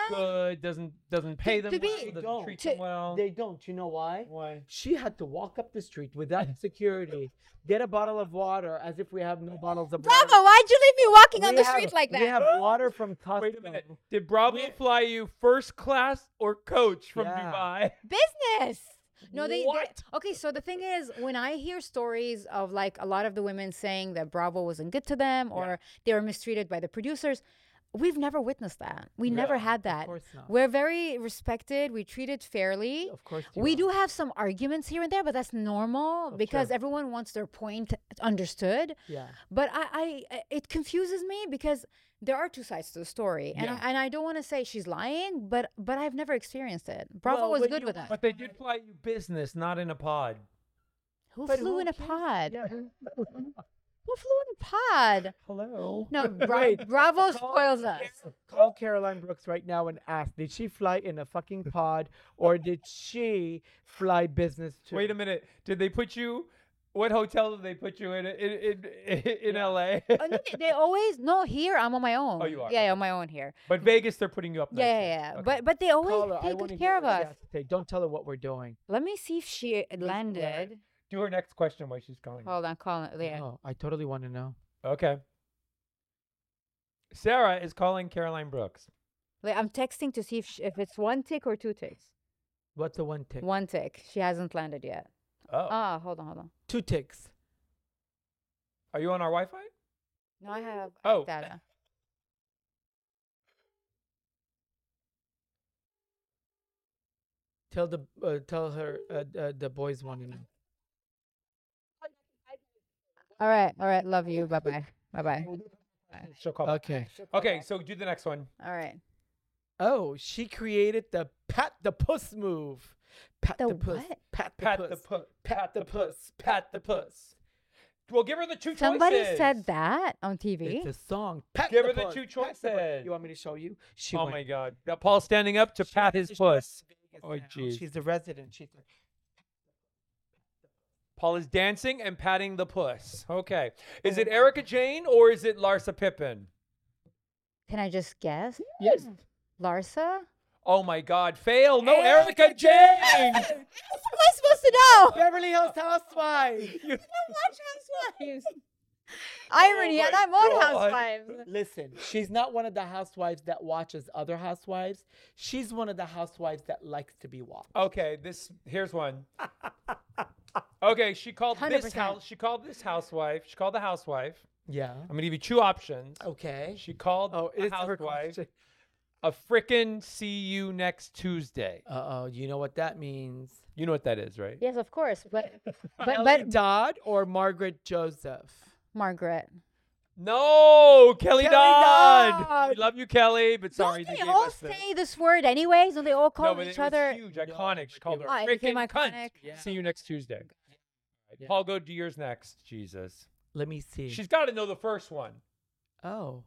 [SPEAKER 1] good. Doesn't doesn't pay
[SPEAKER 3] Um, to
[SPEAKER 1] them
[SPEAKER 3] be-
[SPEAKER 1] well.
[SPEAKER 3] They
[SPEAKER 1] Doesn't
[SPEAKER 2] don't.
[SPEAKER 1] treat
[SPEAKER 3] To-
[SPEAKER 1] them well.
[SPEAKER 2] They don't. You know why?
[SPEAKER 1] Why?
[SPEAKER 2] She had to walk up the street without security, get a bottle of water as if we have no bottles of
[SPEAKER 3] Bravo,
[SPEAKER 2] water.
[SPEAKER 3] why'd you leave me walking on
[SPEAKER 2] We
[SPEAKER 3] the
[SPEAKER 2] have-
[SPEAKER 3] street like that?
[SPEAKER 2] We have water from Costco.
[SPEAKER 1] Wait a minute. Did Bravo fly you first class or coach from
[SPEAKER 2] Yeah.
[SPEAKER 1] Dubai?
[SPEAKER 3] Business. No, they, they-
[SPEAKER 1] What?
[SPEAKER 3] Okay, so the thing is, when I hear stories of like a lot of the women saying that Bravo wasn't good to them or they were mistreated by the producers, we've never witnessed that. We never
[SPEAKER 1] No,
[SPEAKER 3] had that.
[SPEAKER 2] course not.
[SPEAKER 3] We're very respected. We treated fairly.
[SPEAKER 2] Of course you
[SPEAKER 3] we
[SPEAKER 2] are.
[SPEAKER 3] do have some arguments here and there, but that's normal because everyone wants their point understood.
[SPEAKER 2] Yeah.
[SPEAKER 3] But I, I, it confuses me because there are two sides to the story, and
[SPEAKER 1] Yeah.
[SPEAKER 3] I, and I don't want to say she's lying, but but I've never experienced it. Bravo
[SPEAKER 2] Well,
[SPEAKER 3] was
[SPEAKER 2] when
[SPEAKER 3] good
[SPEAKER 2] you
[SPEAKER 3] with us.
[SPEAKER 1] But they did fly you business, not in a pod.
[SPEAKER 3] Who
[SPEAKER 2] But
[SPEAKER 3] flew
[SPEAKER 2] who
[SPEAKER 3] in a
[SPEAKER 2] cares?
[SPEAKER 3] pod?
[SPEAKER 2] Yeah.
[SPEAKER 4] Well, Fluent Pod.
[SPEAKER 1] Hello.
[SPEAKER 4] No, bra-
[SPEAKER 2] Wait,
[SPEAKER 4] Bravo
[SPEAKER 2] call
[SPEAKER 4] spoils us.
[SPEAKER 2] Call Caroline Brooks right now and ask, did she fly in a fucking pod or did she fly business too?
[SPEAKER 1] Wait a minute. Did they put you? What hotel did they put you in in in, in LA?
[SPEAKER 4] Oh, no, they- they always no here. I'm on my own.
[SPEAKER 1] you are,
[SPEAKER 4] Yeah,
[SPEAKER 1] okay.
[SPEAKER 4] yeah, on my own here.
[SPEAKER 1] but Vegas, they're putting you up.
[SPEAKER 4] Yeah,
[SPEAKER 1] nice
[SPEAKER 4] yeah,
[SPEAKER 1] here.
[SPEAKER 4] yeah.
[SPEAKER 1] Okay.
[SPEAKER 4] But but they
[SPEAKER 2] Call
[SPEAKER 4] always
[SPEAKER 2] her. I
[SPEAKER 4] take
[SPEAKER 2] wanna
[SPEAKER 4] good
[SPEAKER 2] hear
[SPEAKER 4] care of
[SPEAKER 2] what she
[SPEAKER 4] us.
[SPEAKER 2] has to say. Don't tell her what we're doing.
[SPEAKER 4] Let me see if she landed.
[SPEAKER 1] Do her next question while she's calling. you.
[SPEAKER 4] Hold on, call it. Yeah.
[SPEAKER 2] Oh, I totally want to know.
[SPEAKER 1] Okay. Sarah is calling Caroline Brooks.
[SPEAKER 4] Like,
[SPEAKER 3] I'm texting to see if, sh if it's one tick or two ticks.
[SPEAKER 2] What's the one tick?
[SPEAKER 3] One tick. She hasn't landed yet.
[SPEAKER 1] Oh.
[SPEAKER 3] Ah, hold on, hold on.
[SPEAKER 2] Two ticks.
[SPEAKER 1] Are you on our Wi-Fi?
[SPEAKER 3] No, I have I have
[SPEAKER 1] Oh.
[SPEAKER 3] data.
[SPEAKER 2] Tell the uh, tell her uh, uh, the boys want to know.
[SPEAKER 3] All right, all right. Love you. Bye bye. Bye bye.
[SPEAKER 1] She'll
[SPEAKER 4] Oh.
[SPEAKER 1] call. back.
[SPEAKER 2] Okay.
[SPEAKER 1] Okay. So do the next one.
[SPEAKER 3] All right.
[SPEAKER 2] Oh, she created the pat the puss move. Pat
[SPEAKER 4] The
[SPEAKER 2] the, puss.
[SPEAKER 4] what?
[SPEAKER 2] Pat the
[SPEAKER 1] Pat
[SPEAKER 2] puss.
[SPEAKER 1] the puss.
[SPEAKER 2] pat the puss. Pat the puss.
[SPEAKER 1] Well, give her the two
[SPEAKER 4] Somebody
[SPEAKER 1] choices.
[SPEAKER 4] said that on TV.
[SPEAKER 2] It's a song. Pat
[SPEAKER 1] Give
[SPEAKER 2] the
[SPEAKER 1] her the
[SPEAKER 2] puss,
[SPEAKER 1] two
[SPEAKER 2] pat the puss.
[SPEAKER 1] choices.
[SPEAKER 2] You want me to show you? She
[SPEAKER 1] oh
[SPEAKER 2] went
[SPEAKER 1] my God. Now Paul's standing up to pat his puss. Oh,
[SPEAKER 2] jeez.
[SPEAKER 1] jeez.
[SPEAKER 2] She's a resident. She's like,
[SPEAKER 1] Paul is dancing and patting the puss. Okay. Is it Erica Jane or is it Larsa Pippen?
[SPEAKER 4] Can I just guess?
[SPEAKER 2] yes.
[SPEAKER 4] Hmm? Larsa?
[SPEAKER 1] Oh my God. Fail. No, Erica Jane.
[SPEAKER 4] How am I supposed to know?
[SPEAKER 2] Beverly Hills Housewives.
[SPEAKER 4] Irony,
[SPEAKER 1] my
[SPEAKER 4] and I'm on
[SPEAKER 1] God.
[SPEAKER 4] Housewives.
[SPEAKER 2] Listen, she's not one of the housewives that watches other housewives. She's one of the housewives that likes to be watched.
[SPEAKER 1] Okay. This here's one. Okay. She called this
[SPEAKER 4] 100%.
[SPEAKER 1] house. She called this housewife. She called the housewife.
[SPEAKER 2] Yeah.
[SPEAKER 1] I'm gonna give you two options.
[SPEAKER 2] Okay.
[SPEAKER 1] She called
[SPEAKER 2] oh,
[SPEAKER 1] the
[SPEAKER 2] it's her
[SPEAKER 1] housewife
[SPEAKER 2] question.
[SPEAKER 1] a frickin' see you next Tuesday.
[SPEAKER 2] Uh oh, you know what that means.
[SPEAKER 1] You know what that is, right?
[SPEAKER 4] Yes, of course. But but
[SPEAKER 2] Ellie
[SPEAKER 4] but
[SPEAKER 2] Dodd or Margaret Joseph?
[SPEAKER 4] Margaret.
[SPEAKER 1] No, Kelly,
[SPEAKER 2] Kelly
[SPEAKER 1] Dodd. We
[SPEAKER 2] Dodd.
[SPEAKER 1] love you, Kelly, but sorry,
[SPEAKER 4] Don't they
[SPEAKER 1] gave
[SPEAKER 4] all
[SPEAKER 1] us this.
[SPEAKER 4] say this word anyways? Don't they all
[SPEAKER 1] no,
[SPEAKER 4] call
[SPEAKER 1] but
[SPEAKER 4] each
[SPEAKER 1] it was
[SPEAKER 4] other?
[SPEAKER 1] huge,
[SPEAKER 2] No,
[SPEAKER 1] iconic. She
[SPEAKER 2] but
[SPEAKER 1] called
[SPEAKER 2] they
[SPEAKER 1] her
[SPEAKER 4] were- Oh,
[SPEAKER 1] a
[SPEAKER 4] it became
[SPEAKER 1] frickin' cunt.
[SPEAKER 4] iconic.
[SPEAKER 2] Yeah.
[SPEAKER 1] See you next Tuesday. Alright,
[SPEAKER 2] Yeah.
[SPEAKER 1] Paul, go do yours next. Jesus,
[SPEAKER 2] Let me see.
[SPEAKER 1] she's got to know the first one.
[SPEAKER 2] oh.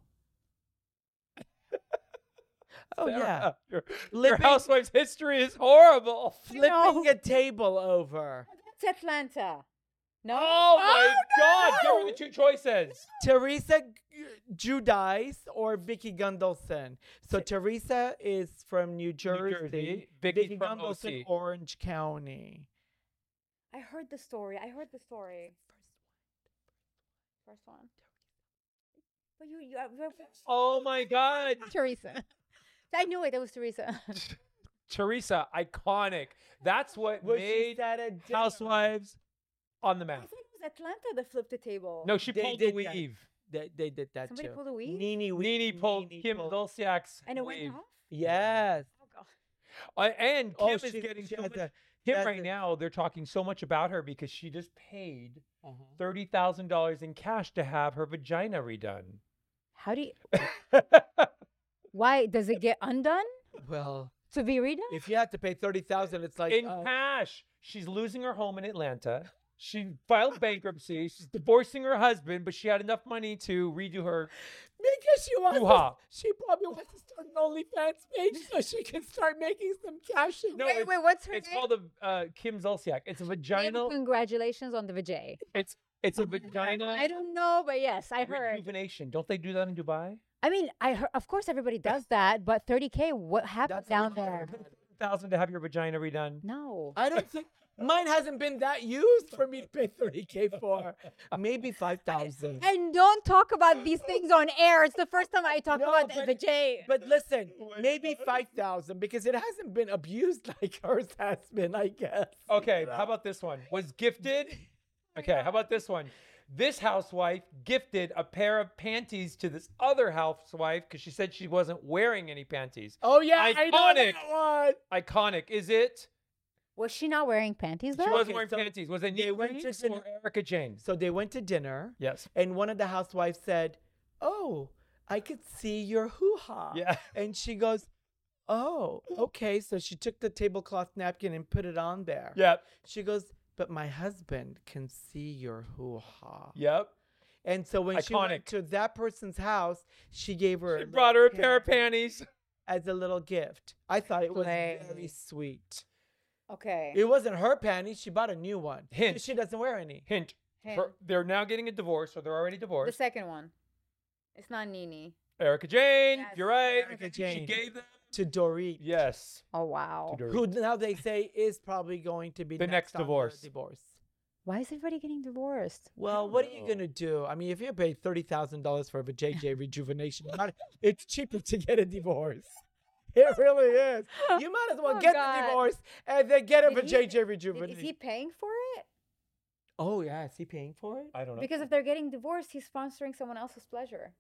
[SPEAKER 2] oh yeah.
[SPEAKER 1] Sarah, your, your
[SPEAKER 2] Living-
[SPEAKER 1] housewife's history is horrible.
[SPEAKER 2] Flipping a table over.
[SPEAKER 3] That's Atlanta. No.
[SPEAKER 1] Oh my God! Give her the two choices.
[SPEAKER 2] Teresa G- Judice or Vicky Gundelson. So Teresa is from New Jersey.
[SPEAKER 1] Jersey. Vicky from
[SPEAKER 2] Gundelson,
[SPEAKER 1] OC.
[SPEAKER 2] Orange County.
[SPEAKER 3] I heard the story. I heard the story. First one. But you, uh, you, you have-
[SPEAKER 1] Oh my God,
[SPEAKER 4] Teresa. I knew it. That was Teresa.
[SPEAKER 1] Teresa, iconic. That's what
[SPEAKER 2] Was she
[SPEAKER 1] made
[SPEAKER 2] at a dinner?
[SPEAKER 1] Housewives on the
[SPEAKER 3] I
[SPEAKER 1] map.
[SPEAKER 3] thought it was Atlanta that flipped the table.
[SPEAKER 1] No, she
[SPEAKER 2] They
[SPEAKER 1] pulled the
[SPEAKER 2] did that.
[SPEAKER 1] weave.
[SPEAKER 2] They, they did that
[SPEAKER 3] Somebody
[SPEAKER 2] too.
[SPEAKER 3] pulled a weave?
[SPEAKER 2] Nini, we-
[SPEAKER 1] Nini pulled
[SPEAKER 2] Nini
[SPEAKER 1] Kim
[SPEAKER 2] pulled-
[SPEAKER 1] Dulciak's
[SPEAKER 3] And it went
[SPEAKER 1] wave.
[SPEAKER 3] off.
[SPEAKER 2] Yes.
[SPEAKER 3] Oh god.
[SPEAKER 1] Uh, and Kim
[SPEAKER 2] Oh,
[SPEAKER 1] is
[SPEAKER 2] she-
[SPEAKER 1] getting
[SPEAKER 2] she
[SPEAKER 1] so
[SPEAKER 2] has
[SPEAKER 1] much.
[SPEAKER 2] a-
[SPEAKER 1] Kim
[SPEAKER 2] that's
[SPEAKER 1] right
[SPEAKER 2] a-
[SPEAKER 1] now, they're talking so much about her because she just paid
[SPEAKER 2] Uh-huh.
[SPEAKER 1] thirty thousand dollars in cash to have her vagina redone.
[SPEAKER 4] How do you? Why does it get undone
[SPEAKER 2] Well,
[SPEAKER 4] to be redone?
[SPEAKER 2] if you have to pay thirty thousand, it's like
[SPEAKER 1] in
[SPEAKER 2] uh,
[SPEAKER 1] cash, she's losing her home in Atlanta. She filed bankruptcy. She's divorcing her husband, but she had enough money to redo her.
[SPEAKER 2] because she wants.
[SPEAKER 1] Hoo-ha.
[SPEAKER 2] To, she probably wants to start an OnlyFans page so she can start making some cash.
[SPEAKER 1] No,
[SPEAKER 4] wait,
[SPEAKER 1] it's,
[SPEAKER 4] wait. What's her
[SPEAKER 1] it's
[SPEAKER 4] name?
[SPEAKER 1] called a uh, Kim Zolciak. It's a
[SPEAKER 4] Kim,
[SPEAKER 1] vaginal.
[SPEAKER 4] Congratulations on the vajay.
[SPEAKER 1] It's it's a
[SPEAKER 4] I
[SPEAKER 1] vagina
[SPEAKER 4] don't know, but yes, I heard.
[SPEAKER 1] rejuvenation. Don't they do that in Dubai?
[SPEAKER 4] I mean, I heard. Of course, everybody does that, but 30k. What happened
[SPEAKER 2] That's how
[SPEAKER 4] down
[SPEAKER 2] we got
[SPEAKER 4] there?
[SPEAKER 2] her
[SPEAKER 1] Thousand to have your vagina redone.
[SPEAKER 4] No.
[SPEAKER 2] I don't think mine hasn't been that used for me to pay 30k for. Maybe 5,000.
[SPEAKER 4] And don't talk about these things on air. It's the first time I talk
[SPEAKER 2] No,
[SPEAKER 4] about
[SPEAKER 2] but-
[SPEAKER 4] the vajay.
[SPEAKER 2] But listen, maybe 5,000 because it hasn't been abused like hers has been, I guess.
[SPEAKER 1] Okay, how about this one? Was gifted. Okay, how about this one? This housewife gifted a pair of panties to this other housewife because she said she wasn't wearing any panties.
[SPEAKER 2] Oh, yeah, I know
[SPEAKER 1] Iconic.
[SPEAKER 2] that one.
[SPEAKER 1] Iconic, is it?
[SPEAKER 4] Was she not wearing panties
[SPEAKER 1] She
[SPEAKER 4] though?
[SPEAKER 1] wasn't
[SPEAKER 2] Okay,
[SPEAKER 1] wearing
[SPEAKER 2] so
[SPEAKER 1] panties. Was it Nikki
[SPEAKER 2] they went to
[SPEAKER 1] or
[SPEAKER 2] dinner-
[SPEAKER 1] Erica Jane?
[SPEAKER 2] So they went to dinner,
[SPEAKER 1] Yes.
[SPEAKER 2] and one of the housewives said, Oh, I could see your hoo ha.
[SPEAKER 1] Yeah.
[SPEAKER 2] And she goes, Oh, okay. So she took the tablecloth napkin and put it on there.
[SPEAKER 1] Yep.
[SPEAKER 2] She goes, But my husband can see your hoo ha.
[SPEAKER 1] Yep.
[SPEAKER 2] And so when she went
[SPEAKER 1] Iconic.
[SPEAKER 2] to that person's house, she gave her
[SPEAKER 1] She
[SPEAKER 2] a
[SPEAKER 1] brought her
[SPEAKER 2] little
[SPEAKER 1] a pair of
[SPEAKER 2] gift
[SPEAKER 1] panties.
[SPEAKER 2] as a little gift. I thought it was
[SPEAKER 4] Play.
[SPEAKER 2] very sweet.
[SPEAKER 3] Okay.
[SPEAKER 2] It wasn't her panties. She bought a new one. 'cause
[SPEAKER 1] Hint.
[SPEAKER 2] She doesn't wear any.
[SPEAKER 1] Hint.
[SPEAKER 3] Hint.
[SPEAKER 1] her- they're now getting a divorce, or they're already
[SPEAKER 3] the
[SPEAKER 1] divorced.
[SPEAKER 3] second one. It's not Nini.
[SPEAKER 1] Erica Jane,
[SPEAKER 3] Yes,
[SPEAKER 1] you're right.
[SPEAKER 2] Erica
[SPEAKER 1] She
[SPEAKER 2] Jane.
[SPEAKER 1] gave them.
[SPEAKER 2] To Dorit.
[SPEAKER 1] Yes.
[SPEAKER 4] Oh wow.
[SPEAKER 1] to Dorit.
[SPEAKER 2] Who now they say is probably going to be
[SPEAKER 1] The next
[SPEAKER 2] next on her
[SPEAKER 1] divorce.
[SPEAKER 2] Divorce.
[SPEAKER 4] Why is everybody getting divorced?
[SPEAKER 2] Well,
[SPEAKER 1] don't
[SPEAKER 2] what are you
[SPEAKER 1] know.
[SPEAKER 2] gonna do? I mean, if you pay thirty thousand dollars for a JJ rejuvenation, you might- it's cheaper to get a divorce. It really is. You might as well
[SPEAKER 4] Oh,
[SPEAKER 2] get
[SPEAKER 4] God.
[SPEAKER 2] the divorce and then get him
[SPEAKER 3] Did
[SPEAKER 2] a
[SPEAKER 3] he-
[SPEAKER 2] JJ
[SPEAKER 3] Did- Is
[SPEAKER 2] rejuvenation.
[SPEAKER 3] he paying for it?
[SPEAKER 2] Oh yeah, is he paying for it?
[SPEAKER 1] I don't know.
[SPEAKER 3] Because if they're getting divorced, he's sponsoring someone else's pleasure.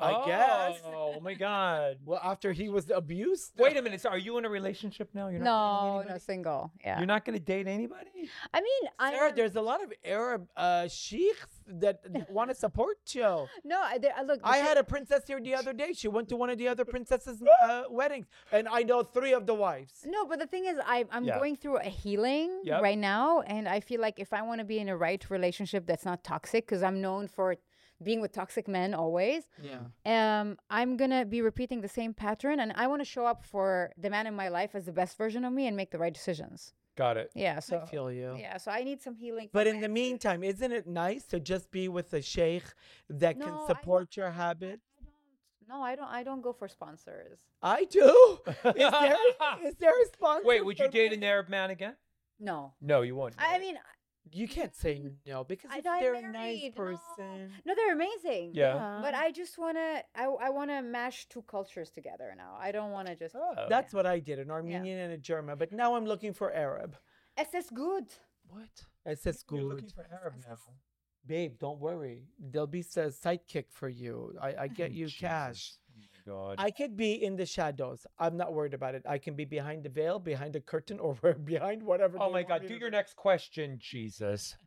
[SPEAKER 2] I guess.
[SPEAKER 1] Oh my God.
[SPEAKER 2] Well, after he was abused.
[SPEAKER 1] Wait a minute. So are you in a relationship now? You're
[SPEAKER 4] no,
[SPEAKER 1] not dating
[SPEAKER 4] no,
[SPEAKER 1] anybody?
[SPEAKER 4] single. Yeah.
[SPEAKER 1] You're not going to date anybody?
[SPEAKER 4] I mean, I
[SPEAKER 2] Sarah,
[SPEAKER 4] am-
[SPEAKER 2] there's a lot of Arab uh, sheikhs that want to support you.
[SPEAKER 4] no. I, there, I- look, the
[SPEAKER 2] I
[SPEAKER 4] shit-
[SPEAKER 2] had a princess here the other day. She went to one of the other princesses' uh, weddings, and I know three of the wives.
[SPEAKER 4] No, but the thing is, I, I'm
[SPEAKER 1] Yeah.
[SPEAKER 4] going through a healing
[SPEAKER 1] Yep.
[SPEAKER 4] right now, and I feel like if I want to be in a right relationship that's not toxic, because I'm known for being with toxic men always,
[SPEAKER 2] Yeah.
[SPEAKER 4] um, I'm gonna be repeating the same pattern, and I want to show up for the man in my life as the best version of me and make the right decisions.
[SPEAKER 1] Got it.
[SPEAKER 4] Yeah, so
[SPEAKER 2] I feel you.
[SPEAKER 4] yeah.
[SPEAKER 3] Yeah, so I need some healing.
[SPEAKER 2] But
[SPEAKER 3] from
[SPEAKER 2] in the
[SPEAKER 3] exes.
[SPEAKER 2] meantime, isn't it nice to just be with a sheikh that
[SPEAKER 4] No, I
[SPEAKER 2] can
[SPEAKER 4] don't-
[SPEAKER 2] support your habit?
[SPEAKER 3] no, I don't. I don't go for sponsors.
[SPEAKER 2] I do. Is there, is there a sponsor?
[SPEAKER 1] Wait, would you
[SPEAKER 2] for
[SPEAKER 1] date
[SPEAKER 2] me?
[SPEAKER 1] an Arab man again?
[SPEAKER 3] No,
[SPEAKER 1] No, you won't.
[SPEAKER 3] I I
[SPEAKER 1] right?
[SPEAKER 3] mean,
[SPEAKER 2] You can't say no because
[SPEAKER 3] I
[SPEAKER 2] if
[SPEAKER 3] know I'm
[SPEAKER 2] they're a nice
[SPEAKER 3] married, no.
[SPEAKER 2] person.
[SPEAKER 3] no, they're amazing.
[SPEAKER 1] Yeah.
[SPEAKER 3] But I just wanna, I, I wanna mash two cultures together now. I don't wanna just.
[SPEAKER 1] Oh.
[SPEAKER 2] That's what I did, an Armenian and a German, but now I'm looking for Arab.
[SPEAKER 3] It's just good.
[SPEAKER 1] What?
[SPEAKER 2] It says
[SPEAKER 1] You're
[SPEAKER 2] good.
[SPEAKER 1] looking for Arab now.
[SPEAKER 2] Babe, don't worry. There'll be a sidekick for you. I, I get you cash.
[SPEAKER 1] Oh God.
[SPEAKER 2] I could be in the shadows. I'm not worried about it. I can be behind the veil, behind the curtain, or where- behind whatever.
[SPEAKER 1] oh
[SPEAKER 2] they
[SPEAKER 1] my
[SPEAKER 2] want
[SPEAKER 1] God.
[SPEAKER 2] me
[SPEAKER 1] Do
[SPEAKER 2] to
[SPEAKER 1] your next question, Jesus.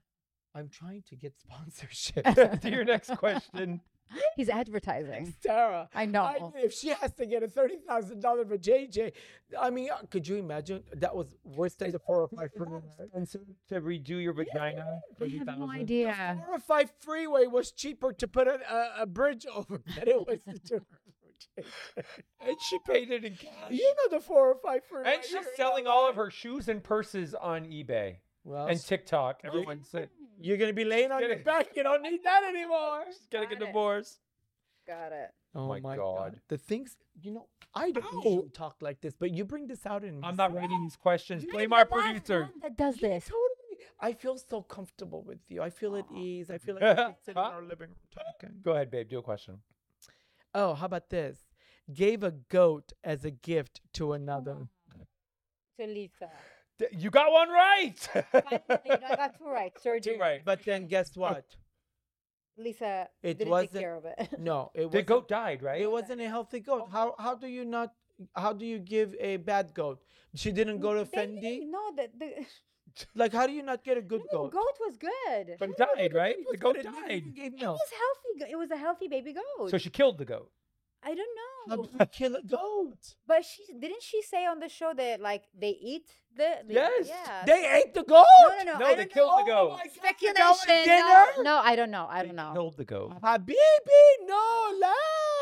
[SPEAKER 2] I'm trying to get sponsorship.
[SPEAKER 1] Do your next question.
[SPEAKER 4] He's advertising.
[SPEAKER 2] Sarah.
[SPEAKER 4] I
[SPEAKER 2] I
[SPEAKER 4] know.
[SPEAKER 2] mean, if she has to get a thirty thousand dollar for JJ, I mean, uh, could you imagine? That was worse than the four or five freeway.
[SPEAKER 1] expensive to redo your vagina?
[SPEAKER 4] I have no
[SPEAKER 1] 30,000?
[SPEAKER 4] idea.
[SPEAKER 2] Four or five freeway was cheaper to put a, a, a bridge over than it was to do. it for JJ.
[SPEAKER 1] And she paid it in cash.
[SPEAKER 2] You know the four or five freeway.
[SPEAKER 1] And she's selling all of her shoes and purses on eBay
[SPEAKER 2] Well,
[SPEAKER 1] and TikTok. Everyone said,
[SPEAKER 2] you're gonna be laying on your
[SPEAKER 1] kidding.
[SPEAKER 2] back. You don't need that anymore.
[SPEAKER 1] gotta get
[SPEAKER 3] Got it.
[SPEAKER 1] divorced.
[SPEAKER 3] Got it.
[SPEAKER 2] Oh
[SPEAKER 1] my God.
[SPEAKER 2] The things you know, I don't usually talk like this, but you bring this out in me.
[SPEAKER 1] I'm not writing these questions.
[SPEAKER 4] You're
[SPEAKER 1] Blame
[SPEAKER 4] the
[SPEAKER 1] our
[SPEAKER 4] last
[SPEAKER 1] producer.
[SPEAKER 4] one That does this.
[SPEAKER 2] Totally. I feel so comfortable with you. I feel at ease. I feel like we can sit in
[SPEAKER 1] Huh?
[SPEAKER 2] our living room talking.
[SPEAKER 1] Go ahead, babe. Do a question.
[SPEAKER 2] Oh, how about this? Gave a goat as a gift to
[SPEAKER 1] Oh
[SPEAKER 2] another.
[SPEAKER 3] To Lisa.
[SPEAKER 1] D- You got one right.
[SPEAKER 3] Finally, you know, I got two right. Surgery.
[SPEAKER 1] Two right.
[SPEAKER 2] But then guess what?
[SPEAKER 3] Lisa
[SPEAKER 2] It
[SPEAKER 3] didn't
[SPEAKER 2] wasn't-
[SPEAKER 3] take care of it.
[SPEAKER 2] No, it
[SPEAKER 1] The
[SPEAKER 2] was
[SPEAKER 1] goat died, right?
[SPEAKER 2] It wasn't a healthy goat. How how do you not? How do you give a bad goat? She didn't go to
[SPEAKER 3] They didn't-
[SPEAKER 2] Fendi.
[SPEAKER 3] No, the, the
[SPEAKER 2] Like how do you not get a good
[SPEAKER 3] no,
[SPEAKER 2] goat?
[SPEAKER 3] goat was good.
[SPEAKER 1] But it died, right? The goat
[SPEAKER 2] It never
[SPEAKER 1] died.
[SPEAKER 2] even Gave
[SPEAKER 3] It
[SPEAKER 2] milk.
[SPEAKER 3] was healthy. go- It was a healthy baby goat.
[SPEAKER 1] So she killed the goat.
[SPEAKER 3] I don't
[SPEAKER 2] How
[SPEAKER 3] know.
[SPEAKER 2] do you kill a goat?
[SPEAKER 3] But she didn't she say on the show that like they eat the, the
[SPEAKER 1] Yes,
[SPEAKER 3] yeah.
[SPEAKER 2] They ate the goat. Oh
[SPEAKER 3] no, no, no.
[SPEAKER 1] No,
[SPEAKER 3] I
[SPEAKER 1] they
[SPEAKER 3] don't
[SPEAKER 1] killed the
[SPEAKER 3] know.
[SPEAKER 1] goat.
[SPEAKER 4] Speculation.
[SPEAKER 2] dinner?
[SPEAKER 4] No, no, I don't know. I
[SPEAKER 1] They
[SPEAKER 4] don't know.
[SPEAKER 1] Killed the goat.
[SPEAKER 2] Uh-huh. Habibi, no, la.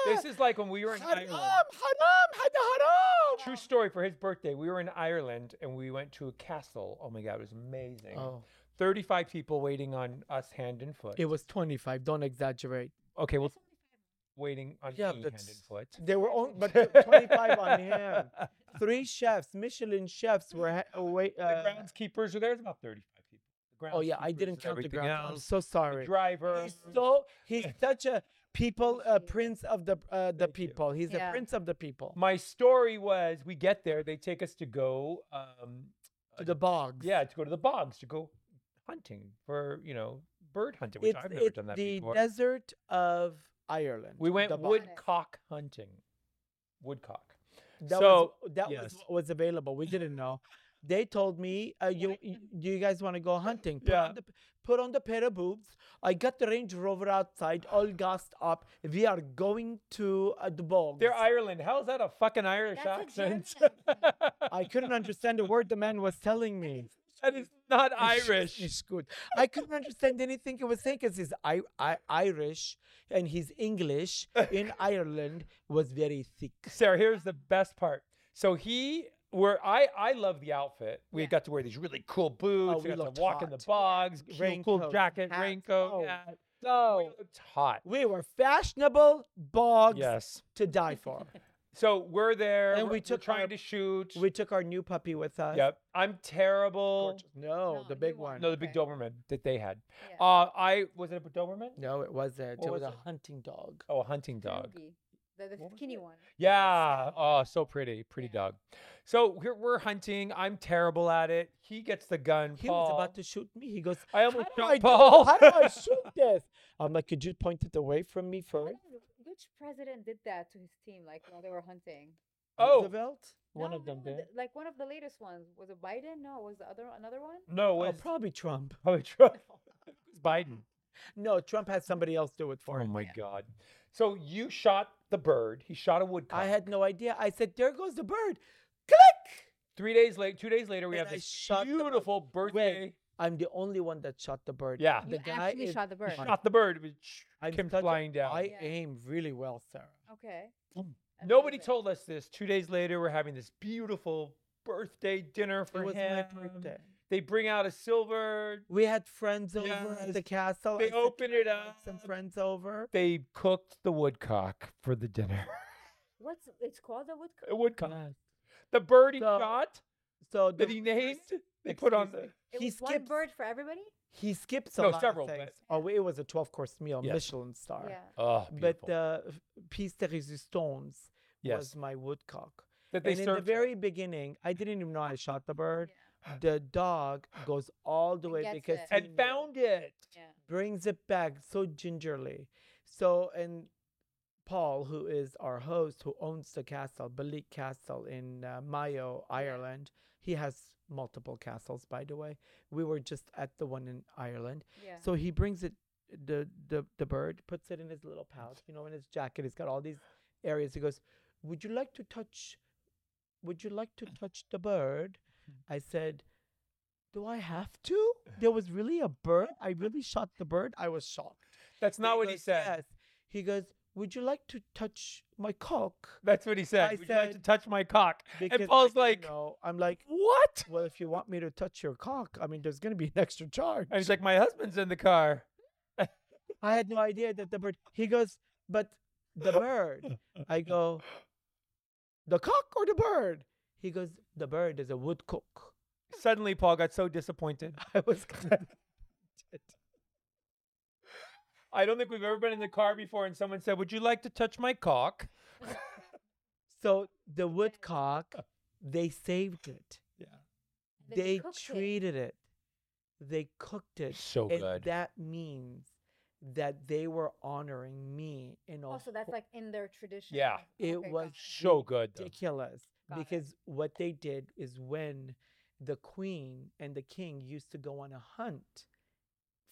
[SPEAKER 1] This is like when we were in
[SPEAKER 2] haram,
[SPEAKER 1] Ireland.
[SPEAKER 2] haram, hada haram.
[SPEAKER 1] True story for his birthday. We were in Ireland and we went to a castle. Oh my God, it was amazing.
[SPEAKER 2] Oh,
[SPEAKER 1] 35 people waiting on us hand and foot.
[SPEAKER 2] it was 25. Don't exaggerate.
[SPEAKER 1] okay, well, waiting on me hand and foot.
[SPEAKER 2] They were only but 25 on him. Three chefs, Michelin chefs were ha- away. Uh,
[SPEAKER 1] the groundskeepers are there. It's about 35 people. The
[SPEAKER 2] oh yeah, I
[SPEAKER 1] groundskeepers
[SPEAKER 2] didn't
[SPEAKER 1] and
[SPEAKER 2] count the
[SPEAKER 1] everything
[SPEAKER 2] ground. I'm
[SPEAKER 1] else,
[SPEAKER 2] so
[SPEAKER 1] the
[SPEAKER 2] sorry.
[SPEAKER 1] driver.
[SPEAKER 2] He's so he's such a people uh, prince of the uh, the
[SPEAKER 1] Thank you.
[SPEAKER 2] people. He's
[SPEAKER 4] Yeah.
[SPEAKER 2] a prince of the people.
[SPEAKER 1] My story was we get there, they take us to go, um,
[SPEAKER 2] To the bogs.
[SPEAKER 1] yeah, to go to the bogs to go hunting for, you know, bird hunting, which
[SPEAKER 2] it's,
[SPEAKER 1] I've never
[SPEAKER 2] it's
[SPEAKER 1] done that
[SPEAKER 2] the
[SPEAKER 1] before.
[SPEAKER 2] desert of Ireland.
[SPEAKER 1] We went
[SPEAKER 2] the bog.
[SPEAKER 1] woodcock hunting. Woodcock.
[SPEAKER 2] That
[SPEAKER 1] so,
[SPEAKER 2] was, that
[SPEAKER 1] yes.
[SPEAKER 2] was what was available. We didn't know. They told me, uh, "You, y- do you guys want to go hunting? Put,
[SPEAKER 1] Yeah.
[SPEAKER 2] on the, p- put on the pair of boobs." I got the Range Rover outside, all gassed up. We are going to uh, the bogs.
[SPEAKER 1] They're Ireland. How's that a fucking Irish
[SPEAKER 3] That's a
[SPEAKER 1] accent?
[SPEAKER 3] German
[SPEAKER 2] I couldn't understand a word the man was telling me.
[SPEAKER 1] That is not
[SPEAKER 2] It's just-
[SPEAKER 1] Irish.
[SPEAKER 2] It's good. I couldn't understand anything he was saying because his I, I, Irish and his English in Ireland was very thick.
[SPEAKER 1] Sarah, here's the best part. So he where I I love the outfit. We got to wear these really cool boots.
[SPEAKER 2] Oh, we
[SPEAKER 1] we got
[SPEAKER 2] looked
[SPEAKER 1] to walk in the
[SPEAKER 2] hot.
[SPEAKER 1] bogs, real cool
[SPEAKER 2] Raincoat,
[SPEAKER 1] jacket,
[SPEAKER 2] hats.
[SPEAKER 1] raincoat.
[SPEAKER 2] Oh,
[SPEAKER 1] yeah. We
[SPEAKER 2] So
[SPEAKER 1] looked hot.
[SPEAKER 2] we were fashionable bogs
[SPEAKER 1] Yes.
[SPEAKER 2] to die for.
[SPEAKER 1] So we're there we're-
[SPEAKER 2] And we
[SPEAKER 1] we're
[SPEAKER 2] took our-
[SPEAKER 1] trying to shoot.
[SPEAKER 2] We took our new puppy with us.
[SPEAKER 1] yep. I'm terrible.
[SPEAKER 2] Gorgeous. No,
[SPEAKER 4] No,
[SPEAKER 2] the
[SPEAKER 4] you
[SPEAKER 2] big
[SPEAKER 4] want-
[SPEAKER 2] one.
[SPEAKER 1] No, the big Doberman that they had.
[SPEAKER 4] Yeah.
[SPEAKER 1] Uh, I was it a Doberman?
[SPEAKER 2] No, it wasn't.
[SPEAKER 1] What
[SPEAKER 2] it was,
[SPEAKER 1] was
[SPEAKER 2] a
[SPEAKER 1] it?
[SPEAKER 2] hunting dog.
[SPEAKER 1] Oh, a hunting dog.
[SPEAKER 4] Ruby, The, the
[SPEAKER 1] What was
[SPEAKER 4] skinny
[SPEAKER 1] it?
[SPEAKER 4] one.
[SPEAKER 1] Yeah. Oh, so pretty. Pretty
[SPEAKER 4] Yeah.
[SPEAKER 1] dog. So we're, we're hunting. I'm terrible at it. He gets the gun.
[SPEAKER 2] He
[SPEAKER 1] Paul.
[SPEAKER 2] was about to shoot me. He goes,
[SPEAKER 1] I almost
[SPEAKER 2] "How do
[SPEAKER 1] shot
[SPEAKER 2] I do-
[SPEAKER 1] Paul."
[SPEAKER 2] How do I shoot this? I'm like, could you point it away from me
[SPEAKER 4] I
[SPEAKER 2] first?
[SPEAKER 4] don't know Which president did that to his team, like while they were hunting?
[SPEAKER 1] Oh.
[SPEAKER 2] Roosevelt?
[SPEAKER 1] One
[SPEAKER 4] No,
[SPEAKER 1] of them
[SPEAKER 4] no,
[SPEAKER 1] did.
[SPEAKER 4] the- like one of the latest ones was it Biden? No, was the other another one?
[SPEAKER 1] No,
[SPEAKER 2] Oh,
[SPEAKER 1] it's
[SPEAKER 2] probably Trump.
[SPEAKER 1] probably Trump. It's Biden.
[SPEAKER 2] No, Trump had somebody else do it for
[SPEAKER 1] Oh
[SPEAKER 2] him.
[SPEAKER 1] my God. So you shot the bird. He shot a woodcock.
[SPEAKER 2] I had no idea. I said, there goes the bird. Click!
[SPEAKER 1] three days later. Two days later, we
[SPEAKER 2] And
[SPEAKER 1] have
[SPEAKER 2] I
[SPEAKER 1] this
[SPEAKER 2] shot the bird.
[SPEAKER 1] beautiful
[SPEAKER 2] Wait,
[SPEAKER 1] birthday.
[SPEAKER 2] I'm the only one that shot the bird.
[SPEAKER 1] Yeah.
[SPEAKER 4] You actually shot the bird.
[SPEAKER 2] my-
[SPEAKER 1] Shot the bird. It was-
[SPEAKER 2] I'm
[SPEAKER 1] came
[SPEAKER 2] such a-
[SPEAKER 1] flying down.
[SPEAKER 2] I
[SPEAKER 4] Yeah.
[SPEAKER 2] aim really well, Sarah.
[SPEAKER 4] Okay.
[SPEAKER 2] Boom.
[SPEAKER 1] Nobody
[SPEAKER 4] Amazing.
[SPEAKER 1] told us this. Two days later, we're having this beautiful birthday dinner for
[SPEAKER 2] it was
[SPEAKER 1] him.
[SPEAKER 2] my birthday.
[SPEAKER 1] They bring out a silver.
[SPEAKER 2] We had friends over
[SPEAKER 1] Yes.
[SPEAKER 2] at the castle.
[SPEAKER 1] They
[SPEAKER 2] I said,
[SPEAKER 1] opened
[SPEAKER 2] "Can
[SPEAKER 1] it
[SPEAKER 2] I invite Some
[SPEAKER 1] up."
[SPEAKER 2] friends over.
[SPEAKER 1] They cooked the woodcock for the dinner.
[SPEAKER 4] What's it's called a woodcock?
[SPEAKER 1] a woodcock.
[SPEAKER 2] Yes.
[SPEAKER 1] The bird he
[SPEAKER 2] So-
[SPEAKER 1] shot
[SPEAKER 2] So
[SPEAKER 1] that he named. They put on the.
[SPEAKER 4] It
[SPEAKER 2] he
[SPEAKER 4] was one
[SPEAKER 2] skips-
[SPEAKER 4] bird for everybody.
[SPEAKER 2] He skips a
[SPEAKER 1] No,
[SPEAKER 2] lot of
[SPEAKER 1] several, but-
[SPEAKER 2] things. Oh, it was a 12 course meal,
[SPEAKER 1] Yes.
[SPEAKER 2] Michelin star.
[SPEAKER 4] Yeah.
[SPEAKER 1] Oh,
[SPEAKER 2] But
[SPEAKER 1] beautiful.
[SPEAKER 2] the f- piece de resistance
[SPEAKER 1] yes,
[SPEAKER 2] was my woodcock.
[SPEAKER 1] that they
[SPEAKER 2] and in
[SPEAKER 1] served.
[SPEAKER 2] the very beginning, I didn't even know I shot the bird. The dog goes all the
[SPEAKER 4] And
[SPEAKER 2] way
[SPEAKER 4] gets
[SPEAKER 2] because
[SPEAKER 4] it.
[SPEAKER 2] he
[SPEAKER 1] and
[SPEAKER 2] knew-
[SPEAKER 1] found it.
[SPEAKER 4] Yeah.
[SPEAKER 2] brings it back so gingerly. So and Paul, who is our host, who owns the castle, Balik Castle in uh, Mayo, Ireland. He has multiple castles, by the way. We were just at the one in Ireland.
[SPEAKER 4] Yeah.
[SPEAKER 2] So he brings it the the the bird, puts it in his little pouch, you know, in his jacket. He's got all these areas. He goes, "Would you like to touch? Would you like to touch the bird?" I said, "Do I have to? There was really a bird. I really shot the bird. I was shocked."
[SPEAKER 1] That's not
[SPEAKER 2] He
[SPEAKER 1] what he
[SPEAKER 2] goes,
[SPEAKER 1] said.
[SPEAKER 2] "Yes." He goes, "Would you like to touch my cock?"
[SPEAKER 1] That's what he said.
[SPEAKER 2] I
[SPEAKER 1] Would you like to
[SPEAKER 2] said-
[SPEAKER 1] touch my cock?
[SPEAKER 2] Because
[SPEAKER 1] and Paul's
[SPEAKER 2] I
[SPEAKER 1] like,
[SPEAKER 2] didn't know. I'm like,
[SPEAKER 1] what?
[SPEAKER 2] well, if you want me to touch your cock, I mean, there's going to be an extra charge.
[SPEAKER 1] And he's like, my husband's in the car.
[SPEAKER 2] I had no idea that the bird. He goes, but the bird. I go, the cock or the bird? He goes, the bird is a woodcock.
[SPEAKER 1] Suddenly, Paul got so disappointed.
[SPEAKER 2] I was kind of.
[SPEAKER 1] I don't think we've ever been in the car before and someone said, Would you like to touch my cock?
[SPEAKER 2] So the woodcock, they saved it.
[SPEAKER 1] Yeah.
[SPEAKER 4] They
[SPEAKER 2] They
[SPEAKER 4] cooked it.
[SPEAKER 2] treated it. They cooked it.
[SPEAKER 1] So
[SPEAKER 2] and
[SPEAKER 1] good.
[SPEAKER 2] That means that they were honoring me and
[SPEAKER 4] Also, Oh, that's like in their tradition.
[SPEAKER 1] Yeah.
[SPEAKER 4] of-
[SPEAKER 2] It
[SPEAKER 4] okay,
[SPEAKER 2] was
[SPEAKER 4] got
[SPEAKER 1] So good. though.
[SPEAKER 2] ridiculous
[SPEAKER 4] Got it.
[SPEAKER 2] because what they did is when the queen and the king used to go on a hunt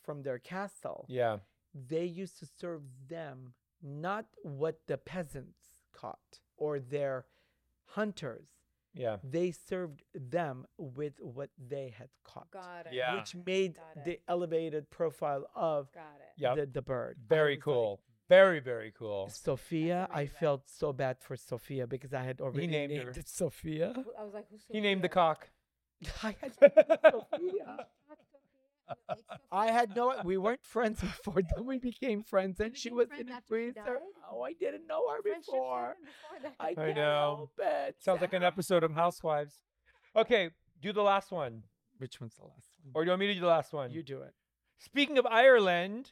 [SPEAKER 2] from their castle,
[SPEAKER 1] Yeah.
[SPEAKER 2] they used to serve them not what the peasants caught or their hunters.
[SPEAKER 1] Yeah.
[SPEAKER 2] They served them with what they had caught,
[SPEAKER 4] Got it.
[SPEAKER 1] Yeah.
[SPEAKER 2] which made
[SPEAKER 4] Got it.
[SPEAKER 2] the elevated profile of
[SPEAKER 4] Got it.
[SPEAKER 1] Yeah.
[SPEAKER 2] the, the bird. I
[SPEAKER 1] Very
[SPEAKER 2] was like,
[SPEAKER 1] cool. Very, very cool.
[SPEAKER 2] Sophia, I
[SPEAKER 4] amazing.
[SPEAKER 2] felt so bad for Sophia because I had already
[SPEAKER 1] named
[SPEAKER 2] named,
[SPEAKER 1] her.
[SPEAKER 2] it Sophia.
[SPEAKER 4] Who- I was like, who's
[SPEAKER 1] He named the
[SPEAKER 4] Sophia?
[SPEAKER 1] cock.
[SPEAKER 2] I had
[SPEAKER 4] Not
[SPEAKER 2] Sophia.
[SPEAKER 4] Sophia, it's
[SPEAKER 2] I
[SPEAKER 4] Sophia.
[SPEAKER 2] had no. We weren't friends before. Then we became friends, and she
[SPEAKER 4] became
[SPEAKER 2] was
[SPEAKER 4] friends
[SPEAKER 2] in a
[SPEAKER 4] after she
[SPEAKER 2] freezer.
[SPEAKER 4] died?
[SPEAKER 2] Oh, I didn't know her
[SPEAKER 4] Friendships
[SPEAKER 2] before.
[SPEAKER 4] happened before that.
[SPEAKER 2] I can't
[SPEAKER 1] know.
[SPEAKER 2] help it.
[SPEAKER 1] Sounds like an episode of Housewives. Okay, do the last one.
[SPEAKER 2] Which one's the last one?
[SPEAKER 1] Or do you want me to do the last one?
[SPEAKER 2] You do it.
[SPEAKER 1] Speaking of Ireland,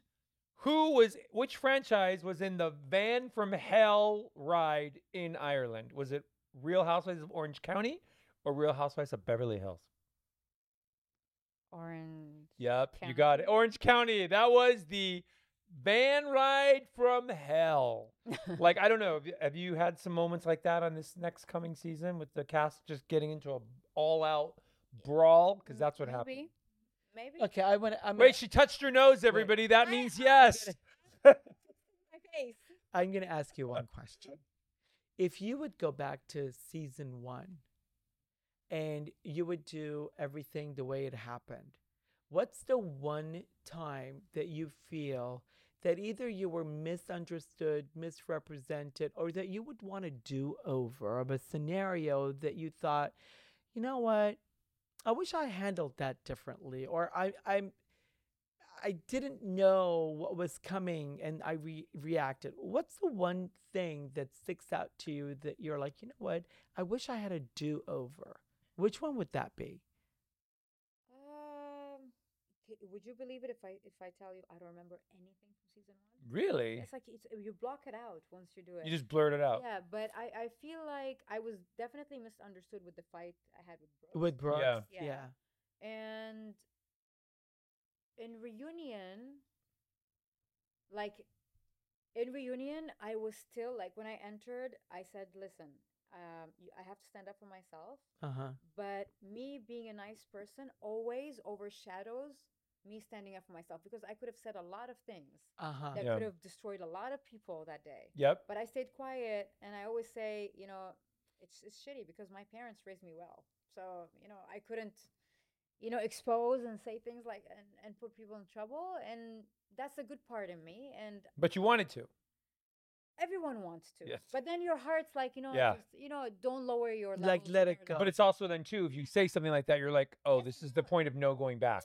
[SPEAKER 1] who was which franchise was in the Van from Hell ride in Ireland? Was it Real Housewives of Orange County or Real Housewives of Beverly Hills?
[SPEAKER 4] Orange.
[SPEAKER 1] Yep, you got it.
[SPEAKER 4] County.
[SPEAKER 1] Orange County. That was the van ride from hell. like I don't know, have you, have you had some moments like that on this next coming season with the cast just getting into a all-out brawl?
[SPEAKER 3] Mm,
[SPEAKER 1] Because that's what happened.
[SPEAKER 4] Mm, Maybe. Maybe.
[SPEAKER 2] Okay, I want. I'm.
[SPEAKER 1] Wait, she touched her nose, everybody. That
[SPEAKER 4] I-
[SPEAKER 1] means
[SPEAKER 4] I-
[SPEAKER 1] yes.
[SPEAKER 4] My face.
[SPEAKER 2] I'm going to ask you one question. If you would go back to season one and you would do everything the way it happened, what's the one time that you feel that either you were misunderstood, misrepresented, or that you would want to do over of a scenario that you thought, you know what, I wish I handled that differently, or I, I'm. I didn't know what was coming and I re- reacted. What's the one thing that sticks out to you that you're like, you know what? I wish I had a do over. Which one would that be?
[SPEAKER 3] Um, c- would you believe it if I if I tell you I don't remember anything from season one?
[SPEAKER 1] Really?
[SPEAKER 3] It's like it's, you block it out once you do it.
[SPEAKER 1] You just blurt it out.
[SPEAKER 3] yeah, but I, I feel like I was definitely misunderstood with the fight I had with Brooks.
[SPEAKER 2] With Brooks?
[SPEAKER 3] Yeah. and in reunion like in reunion i was still like when i entered i said listen um, you, i have to stand up for myself
[SPEAKER 2] Uh huh.
[SPEAKER 3] but me being a nice person always overshadows me standing up for myself because i could have said a lot of things
[SPEAKER 2] Uh huh.
[SPEAKER 3] that
[SPEAKER 1] Yeah.
[SPEAKER 3] could have destroyed a lot of people that day
[SPEAKER 1] Yep.
[SPEAKER 3] but i stayed quiet and i always say you know it's, it's shitty because my parents raised me well so you know i couldn't you know expose and say things like and, and put people in trouble and that's a good part in me and
[SPEAKER 1] But you wanted to.
[SPEAKER 3] everyone wants to
[SPEAKER 1] Yes.
[SPEAKER 3] but then your heart's like you know
[SPEAKER 1] Yeah.
[SPEAKER 3] just, you know don't lower your level
[SPEAKER 2] Like, let it go.
[SPEAKER 1] But it's also then too, if you say something like that, you're like, oh,
[SPEAKER 3] Yes,
[SPEAKER 1] this
[SPEAKER 3] I
[SPEAKER 1] is the
[SPEAKER 3] know.
[SPEAKER 1] point of no going back.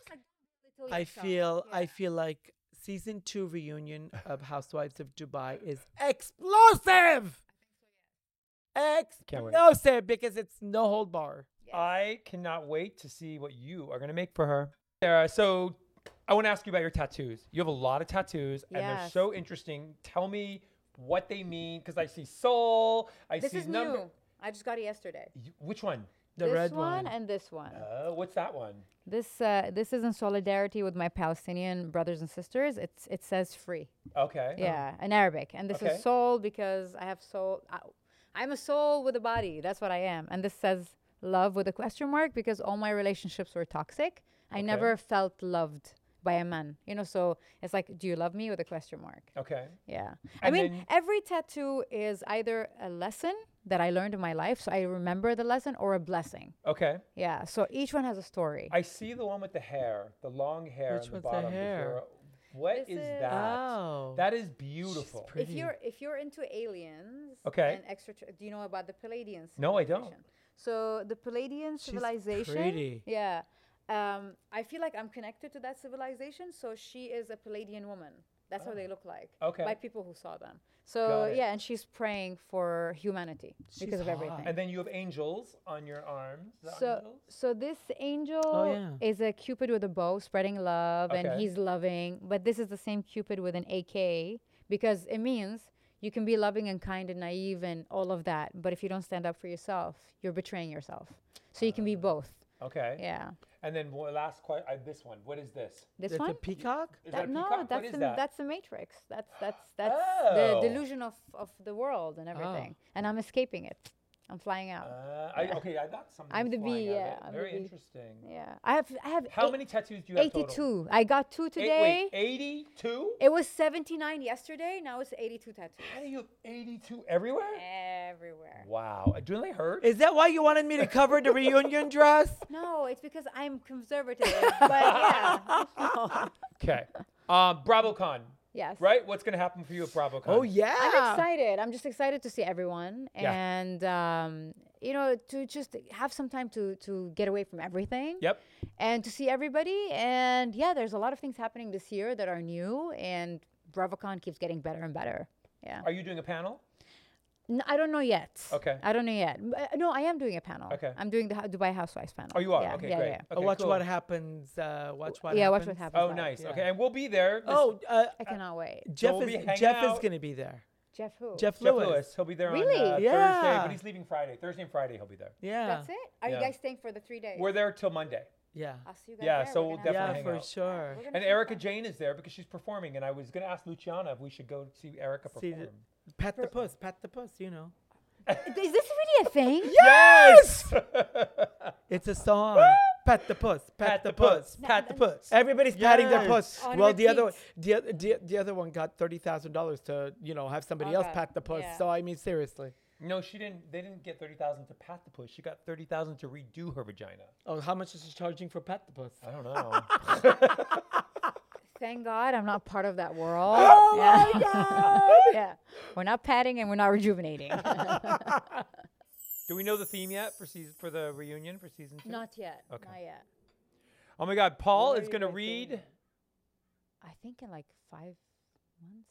[SPEAKER 2] I feel I feel like season two reunion of Housewives of Dubai is explosive.
[SPEAKER 1] Can't wait.
[SPEAKER 2] Explosive because it's no hold bar.
[SPEAKER 1] I cannot wait to see what you are gonna make for her. Sarah, so I want to ask you about your tattoos. You have a lot of tattoos, and they're
[SPEAKER 3] Yes.
[SPEAKER 1] so interesting. Tell me what they mean, because I see soul, I
[SPEAKER 3] this
[SPEAKER 1] see
[SPEAKER 3] is
[SPEAKER 1] number.
[SPEAKER 3] new i just got it yesterday
[SPEAKER 1] You- Which one?
[SPEAKER 2] The
[SPEAKER 3] this
[SPEAKER 2] red
[SPEAKER 3] one,
[SPEAKER 2] one.
[SPEAKER 3] and this one
[SPEAKER 1] Uh, what's that one?
[SPEAKER 4] This uh, this is in solidarity with my Palestinian brothers and sisters. It's it says free.
[SPEAKER 1] Okay.
[SPEAKER 4] Yeah, in Arabic, and this
[SPEAKER 1] Okay.
[SPEAKER 4] is soul because I have soul. I, I'm a soul with a body. That's what I am. And this says love with a question mark because all my relationships were toxic. I never felt loved by a man. You know, so it's like, do you love me with a question mark?
[SPEAKER 1] Okay.
[SPEAKER 4] Yeah. I
[SPEAKER 1] And
[SPEAKER 4] mean,
[SPEAKER 1] then-
[SPEAKER 4] every tattoo is either a lesson that I learned in my life, so I remember the lesson, or a blessing.
[SPEAKER 1] Okay.
[SPEAKER 4] Yeah. So each one has a story.
[SPEAKER 1] I see the one with the hair, the long hair
[SPEAKER 2] Which
[SPEAKER 1] on the
[SPEAKER 2] one's the
[SPEAKER 1] bottom. Is
[SPEAKER 2] hair?
[SPEAKER 1] there a- What is
[SPEAKER 3] This is-
[SPEAKER 1] that?
[SPEAKER 2] Oh.
[SPEAKER 1] That is beautiful.
[SPEAKER 2] pretty.
[SPEAKER 3] If you're if you're into aliens,
[SPEAKER 1] Okay.
[SPEAKER 3] and extra, do you know about the Palladian?
[SPEAKER 1] No, I don't.
[SPEAKER 3] civilization? So the Palladian civilization,
[SPEAKER 2] pretty.
[SPEAKER 3] yeah. Um, I feel like I'm connected to that civilization. So she is a Palladian woman. That's how they look like.
[SPEAKER 1] Okay.
[SPEAKER 3] By people who saw them.
[SPEAKER 1] Got
[SPEAKER 4] So
[SPEAKER 1] it.
[SPEAKER 4] yeah, and she's praying for humanity because of everything.
[SPEAKER 1] And then you have angels on your arms. the
[SPEAKER 4] So,
[SPEAKER 1] angels?
[SPEAKER 4] so this angel
[SPEAKER 2] Oh, yeah.
[SPEAKER 4] is a Cupid with a bow, spreading love,
[SPEAKER 1] Okay.
[SPEAKER 4] and he's loving. But this is the same Cupid with an AK because it means you can be loving and kind and naive and all of that. But if you don't stand up for yourself, you're betraying yourself. So you can be both.
[SPEAKER 1] Oh, Okay.
[SPEAKER 4] Yeah.
[SPEAKER 1] And then one last question. Uh, this one. What is this?
[SPEAKER 4] This
[SPEAKER 2] That's
[SPEAKER 4] one.
[SPEAKER 2] a peacock?
[SPEAKER 1] Is
[SPEAKER 4] That-
[SPEAKER 1] that a
[SPEAKER 4] no,
[SPEAKER 1] peacock? What
[SPEAKER 4] that's
[SPEAKER 1] is
[SPEAKER 4] the
[SPEAKER 1] that?
[SPEAKER 4] that's the Matrix. That's that's that's
[SPEAKER 1] Oh.
[SPEAKER 4] the delusion of, of the world
[SPEAKER 2] Oh.
[SPEAKER 4] and everything. And I'm escaping it. I'm flying out.
[SPEAKER 1] Uh, I, okay, I got something.
[SPEAKER 4] I'm the
[SPEAKER 1] flying
[SPEAKER 4] bee,
[SPEAKER 1] out of
[SPEAKER 4] yeah,
[SPEAKER 1] it.
[SPEAKER 4] I'm the
[SPEAKER 1] Very
[SPEAKER 4] bee.
[SPEAKER 1] interesting.
[SPEAKER 4] yeah. I have I have
[SPEAKER 1] How
[SPEAKER 4] eight-
[SPEAKER 1] many tattoos do you have
[SPEAKER 4] 82.
[SPEAKER 1] total?
[SPEAKER 4] I got two
[SPEAKER 1] Eight-
[SPEAKER 4] today.
[SPEAKER 1] wait, 82?
[SPEAKER 3] It was 79 yesterday. Now it's 82 tattoos
[SPEAKER 1] How do you have 82 everywhere?
[SPEAKER 4] Eh.
[SPEAKER 3] everywhere.
[SPEAKER 1] Wow. Uh, Do they hurt?
[SPEAKER 2] Is that why you wanted me to cover the reunion dress?
[SPEAKER 3] No, it's because I'm conservative. but yeah,
[SPEAKER 1] Okay. Um, BravoCon,
[SPEAKER 4] Yes.
[SPEAKER 1] right? What's going to happen for you at BravoCon?
[SPEAKER 2] Oh yeah.
[SPEAKER 4] I'm excited. I'm just excited to see everyone
[SPEAKER 1] Yeah.
[SPEAKER 4] and um, you know to just have some time to to get away from everything.
[SPEAKER 1] Yep.
[SPEAKER 4] And to see everybody and yeah, there's a lot of things happening this year that are new and BravoCon keeps getting better and better. Yeah.
[SPEAKER 1] Are you doing a panel?
[SPEAKER 4] N- I don't know yet.
[SPEAKER 1] Okay.
[SPEAKER 4] I don't know yet. M- uh, No, I am doing a panel.
[SPEAKER 1] Okay.
[SPEAKER 4] I'm doing the Ho- Dubai Housewives panel.
[SPEAKER 1] Oh, you are?
[SPEAKER 4] Yeah,
[SPEAKER 1] okay,
[SPEAKER 4] yeah,
[SPEAKER 1] great.
[SPEAKER 4] yeah.
[SPEAKER 2] Oh,
[SPEAKER 1] Okay,
[SPEAKER 2] watch
[SPEAKER 1] cool.
[SPEAKER 2] what happens. Uh, watch what.
[SPEAKER 4] Yeah,
[SPEAKER 2] happens.
[SPEAKER 4] watch what happens.
[SPEAKER 1] Oh,
[SPEAKER 4] live.
[SPEAKER 1] nice.
[SPEAKER 2] Yeah.
[SPEAKER 1] Okay, and we'll be there. This-
[SPEAKER 2] Oh, uh,
[SPEAKER 4] I cannot wait.
[SPEAKER 2] Jeff
[SPEAKER 1] we'll be
[SPEAKER 2] is
[SPEAKER 1] hanging
[SPEAKER 2] Jeff is
[SPEAKER 1] out. Oh,
[SPEAKER 2] gonna be there.
[SPEAKER 4] Jeff who?
[SPEAKER 2] Jeff,
[SPEAKER 1] Jeff
[SPEAKER 2] Lewis.
[SPEAKER 1] Lewis. He'll be there
[SPEAKER 4] Really?
[SPEAKER 1] on uh, Thursday,
[SPEAKER 2] Yeah.
[SPEAKER 1] but he's leaving Friday. Thursday and Friday he'll be there.
[SPEAKER 2] Yeah.
[SPEAKER 3] that's it. Are
[SPEAKER 1] Yeah.
[SPEAKER 3] you guys staying for the three days?
[SPEAKER 1] We're there till Monday.
[SPEAKER 2] Yeah.
[SPEAKER 3] I'll see you guys.
[SPEAKER 1] Yeah,
[SPEAKER 3] there.
[SPEAKER 1] so
[SPEAKER 3] We're
[SPEAKER 1] we'll
[SPEAKER 3] gonna have
[SPEAKER 2] yeah,
[SPEAKER 3] fun.
[SPEAKER 1] hang
[SPEAKER 2] for
[SPEAKER 1] out.
[SPEAKER 2] sure.
[SPEAKER 3] We're gonna
[SPEAKER 1] And
[SPEAKER 3] have
[SPEAKER 1] Erica
[SPEAKER 3] fun.
[SPEAKER 1] Jane is there because she's performing, and I was going to ask Luciana if we should go see Erica
[SPEAKER 2] See,
[SPEAKER 1] perform.
[SPEAKER 2] the- pat the puss, pat the puss. You know,
[SPEAKER 4] Is this really a thing?
[SPEAKER 1] yes!
[SPEAKER 2] it's a song. pat the puss, pat, the puss, pat the puss. Everybody's patting their puss.
[SPEAKER 3] On
[SPEAKER 2] well, the other one,
[SPEAKER 3] repeat.
[SPEAKER 2] the, oth- the, the other one got thirty thousand dollars to you know have somebody
[SPEAKER 3] Oh,
[SPEAKER 2] else
[SPEAKER 3] God.
[SPEAKER 2] pat the puss.
[SPEAKER 3] Yeah.
[SPEAKER 2] So I mean, seriously.
[SPEAKER 1] No, she didn't. They didn't get thirty thousand to pat the push. She got thirty thousand to redo her vagina.
[SPEAKER 2] Oh, how much is she charging for pet the puss?
[SPEAKER 1] I don't know.
[SPEAKER 4] Thank God I'm not part of that world.
[SPEAKER 2] Oh
[SPEAKER 4] yeah.
[SPEAKER 2] my god!
[SPEAKER 4] yeah. We're not patting and we're not rejuvenating.
[SPEAKER 1] Do we know the theme yet for season for the reunion for season two?
[SPEAKER 4] not yet.
[SPEAKER 1] Okay.
[SPEAKER 4] Not yet.
[SPEAKER 1] Oh my God, Paul
[SPEAKER 2] When are
[SPEAKER 1] is
[SPEAKER 2] you
[SPEAKER 1] gonna
[SPEAKER 2] guys doing
[SPEAKER 1] read.
[SPEAKER 2] it?
[SPEAKER 4] I think in like five months,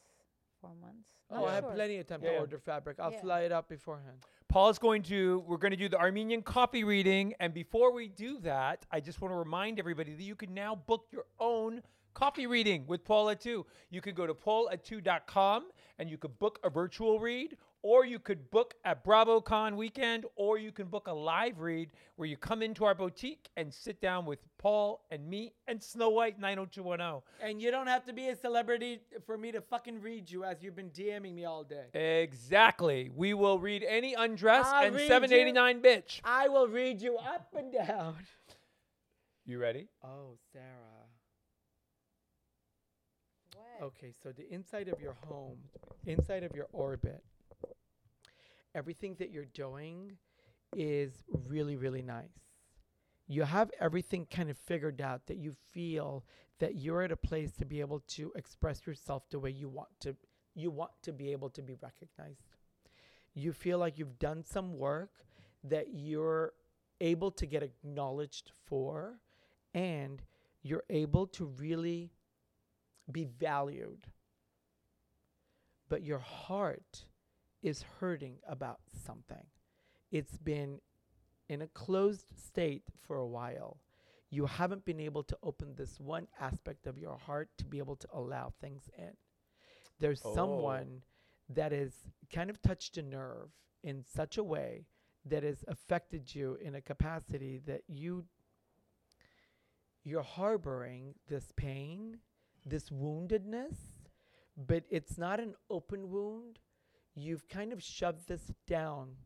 [SPEAKER 4] four months.
[SPEAKER 2] Oh,
[SPEAKER 4] Not
[SPEAKER 2] I have
[SPEAKER 4] sure.
[SPEAKER 2] plenty of time
[SPEAKER 1] Yeah,
[SPEAKER 2] to
[SPEAKER 1] yeah.
[SPEAKER 2] order fabric. I'll
[SPEAKER 4] Yeah.
[SPEAKER 2] fly it up beforehand.
[SPEAKER 1] Paul is going to, we're going to do the Armenian coffee reading. And before we do that, I just want to remind everybody that you can now book your own coffee reading with Paul Atu. You can go to paulat2.com and you could book a virtual read, or you could book at BravoCon weekend, or you can book a live read where you come into our boutique and sit down with Paul and me and Snow White 90210.
[SPEAKER 2] And you don't have to be a celebrity for me to fucking read you as you've been DMing me all day.
[SPEAKER 1] Exactly. We will read any undressed
[SPEAKER 2] I'll
[SPEAKER 1] and
[SPEAKER 2] read you-
[SPEAKER 1] 789 bitch.
[SPEAKER 2] I will read you up and down.
[SPEAKER 1] You ready?
[SPEAKER 2] Oh, Sarah. Okay, so the inside of your home, inside of your orbit, everything that you're doing is really, really nice. You have everything kind of figured out that you feel that you're at a place to be able to express yourself the way you want to you want to be able to be recognized. You feel like you've done some work that you're able to get acknowledged for and you're able to really be valued. But your heart is hurting about something. It's been in a closed state for a while. You haven't been able to open this one aspect of your heart to be able to allow things in. There's
[SPEAKER 1] Oh.
[SPEAKER 2] someone that has kind of touched a nerve in such a way that has affected you in a capacity that you you're harboring this pain, this woundedness, but it's not an open wound. You've kind of shoved this down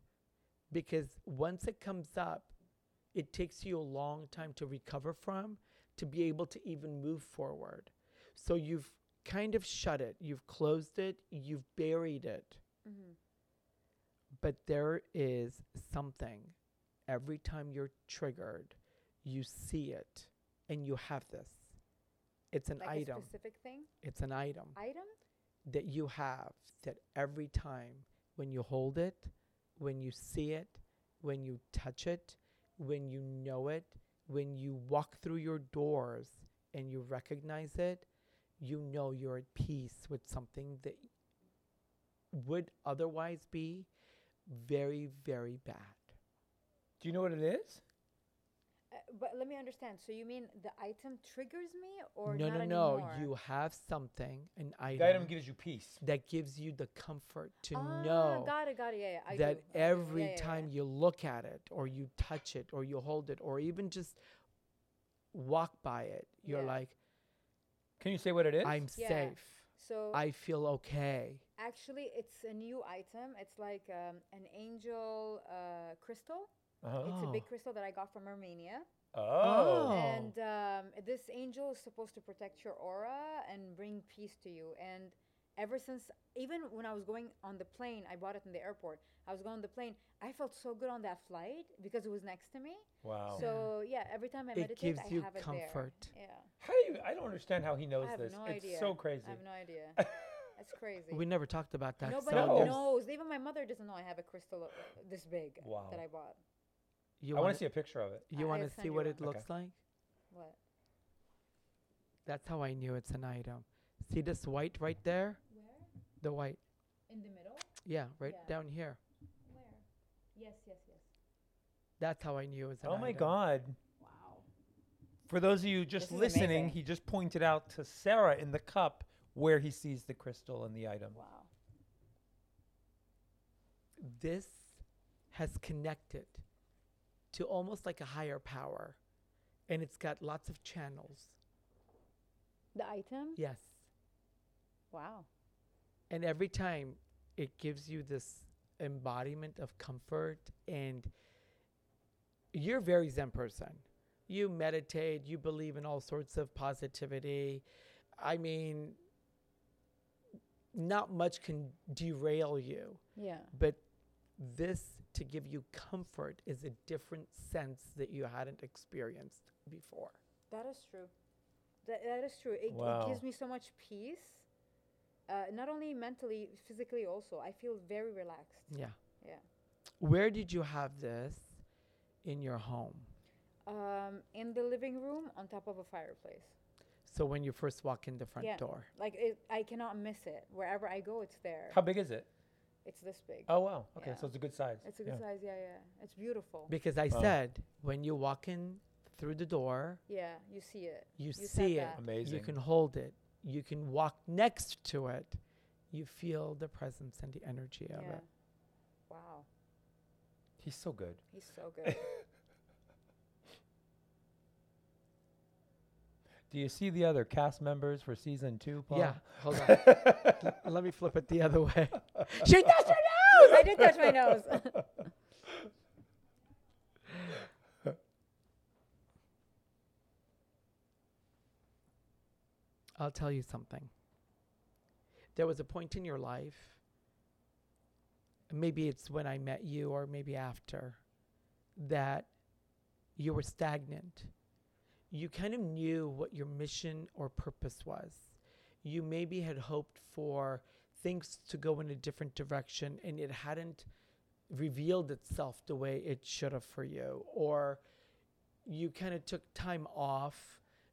[SPEAKER 2] because once it comes up, it takes you a long time to recover from to be able to even move forward. So you've kind of shut it, you've closed it, you've buried it.
[SPEAKER 4] Mm-hmm.
[SPEAKER 2] But there is something every time you're triggered, you see it and you have this. It's an
[SPEAKER 3] Like a
[SPEAKER 2] item.
[SPEAKER 3] specific thing?
[SPEAKER 2] It's an item
[SPEAKER 3] Item?
[SPEAKER 2] that you have that every time when you hold it, when you see it, when you touch it, when you know it, when you walk through your doors and you recognize it, you know you're at peace with something that would otherwise be very, very bad.
[SPEAKER 1] Do you know what it is?
[SPEAKER 3] Uh, but let me understand. So you mean the item triggers me or
[SPEAKER 2] no,
[SPEAKER 3] not
[SPEAKER 2] no,
[SPEAKER 3] anymore?
[SPEAKER 2] no. You have something, an item,
[SPEAKER 1] The item gives you peace.
[SPEAKER 2] that gives you the comfort to
[SPEAKER 3] ah,
[SPEAKER 2] know.
[SPEAKER 3] Got it, got it. Yeah, yeah. I
[SPEAKER 2] that
[SPEAKER 3] do. Okay,
[SPEAKER 2] every
[SPEAKER 3] yeah, yeah,
[SPEAKER 2] time
[SPEAKER 3] yeah.
[SPEAKER 2] you look at it or you touch it or you hold it or even just walk by it, you're
[SPEAKER 3] Yeah.
[SPEAKER 2] like,
[SPEAKER 1] Can you say what it is?
[SPEAKER 2] I'm
[SPEAKER 3] Yeah.
[SPEAKER 2] safe.
[SPEAKER 3] So
[SPEAKER 2] I feel okay.
[SPEAKER 3] actually, it's a new item. It's like um, an angel uh, crystal. It's a
[SPEAKER 2] Oh.
[SPEAKER 3] big crystal that I got from Armenia.
[SPEAKER 1] Uh-huh. Oh.
[SPEAKER 3] And um, this angel is supposed to protect your aura and bring peace to you. And ever since, even when I was going on the plane, I bought it in the airport. I was going on the plane. I felt so good on that flight because it was next to me.
[SPEAKER 1] Wow.
[SPEAKER 3] So yeah, every time I
[SPEAKER 2] Oh. It
[SPEAKER 3] meditate,
[SPEAKER 2] gives
[SPEAKER 3] I
[SPEAKER 2] you
[SPEAKER 3] have
[SPEAKER 2] comfort.
[SPEAKER 3] It there. Yeah,
[SPEAKER 1] How do you? I don't understand how he knows
[SPEAKER 3] I have
[SPEAKER 1] this.
[SPEAKER 3] no
[SPEAKER 1] it's
[SPEAKER 3] idea.
[SPEAKER 1] so crazy.
[SPEAKER 3] I have no idea. That's crazy.
[SPEAKER 2] We never talked about that.
[SPEAKER 3] Nobody
[SPEAKER 2] so there's-
[SPEAKER 3] knows. Even my mother doesn't know I have a crystal uh, this big
[SPEAKER 1] Wow.
[SPEAKER 3] that I bought.
[SPEAKER 2] You
[SPEAKER 1] I
[SPEAKER 2] want
[SPEAKER 1] want to see
[SPEAKER 2] to
[SPEAKER 1] a picture of it.
[SPEAKER 2] you
[SPEAKER 3] I-
[SPEAKER 2] want
[SPEAKER 3] I'll
[SPEAKER 2] to
[SPEAKER 3] send
[SPEAKER 2] see
[SPEAKER 3] you
[SPEAKER 2] what
[SPEAKER 3] one.
[SPEAKER 2] it
[SPEAKER 3] Okay.
[SPEAKER 2] looks like?
[SPEAKER 3] What?
[SPEAKER 2] That's how I knew it's an item. See this white right there?
[SPEAKER 3] Where?
[SPEAKER 2] The white.
[SPEAKER 3] In the middle?
[SPEAKER 2] Yeah, right
[SPEAKER 3] Yeah.
[SPEAKER 2] down here.
[SPEAKER 3] Where? Yes, yes, yes.
[SPEAKER 2] That's how I knew it was an
[SPEAKER 1] Oh
[SPEAKER 2] item.
[SPEAKER 1] my God.
[SPEAKER 3] Wow.
[SPEAKER 1] For those of you just
[SPEAKER 3] This is
[SPEAKER 1] listening,
[SPEAKER 3] amazing.
[SPEAKER 1] he just pointed out to Sarah in the cup where he sees the crystal and the item.
[SPEAKER 3] Wow.
[SPEAKER 2] this has connected to almost like a higher power and it's got lots of channels
[SPEAKER 3] The item?
[SPEAKER 2] yes
[SPEAKER 3] Wow.
[SPEAKER 2] and every time it gives you this embodiment of comfort and you're a very zen person you meditate you believe in all sorts of positivity i mean not much can derail you
[SPEAKER 3] Yeah.
[SPEAKER 2] but this to give you comfort is a different sense that you hadn't experienced before.
[SPEAKER 3] That is true. That, that is true. It, it
[SPEAKER 1] Wow.
[SPEAKER 3] gives me so much peace. Uh, not only mentally, physically also. I feel very relaxed.
[SPEAKER 2] Yeah.
[SPEAKER 3] Yeah.
[SPEAKER 2] Where did you have this in your home?
[SPEAKER 3] Um, in the living room on top of a fireplace.
[SPEAKER 2] So when you first walk in the front
[SPEAKER 3] yeah.
[SPEAKER 2] door.
[SPEAKER 3] Like it, I cannot miss it. Wherever I go, it's there.
[SPEAKER 1] How big is it?
[SPEAKER 3] It's this big.
[SPEAKER 1] Oh wow. Okay,
[SPEAKER 3] Yeah.
[SPEAKER 1] so it's a good size.
[SPEAKER 3] It's a good
[SPEAKER 1] Yeah.
[SPEAKER 3] size. Yeah, yeah. It's beautiful.
[SPEAKER 2] Because I
[SPEAKER 1] Wow.
[SPEAKER 2] said when you walk in through the door,
[SPEAKER 3] yeah, you see it.
[SPEAKER 2] you,
[SPEAKER 3] said
[SPEAKER 2] see it.
[SPEAKER 3] that.
[SPEAKER 1] Amazing.
[SPEAKER 2] You can hold it. You can walk next to it. You feel the presence and the energy
[SPEAKER 3] Yeah.
[SPEAKER 2] of it.
[SPEAKER 3] Wow.
[SPEAKER 1] He's so good.
[SPEAKER 3] He's so good.
[SPEAKER 1] Do you see the other cast members for season two, Paul?
[SPEAKER 2] Yeah. Hold on. L- Let me flip it the other way. she does it.
[SPEAKER 3] I did touch my nose.
[SPEAKER 2] I'll tell you something. There was a point in your life, maybe it's when I met you or maybe after, that you were stagnant. You kind of knew what your mission or purpose was. You maybe had hoped for things to go in a different direction and it hadn't revealed itself the way it should have for you. Or you kind of took time off.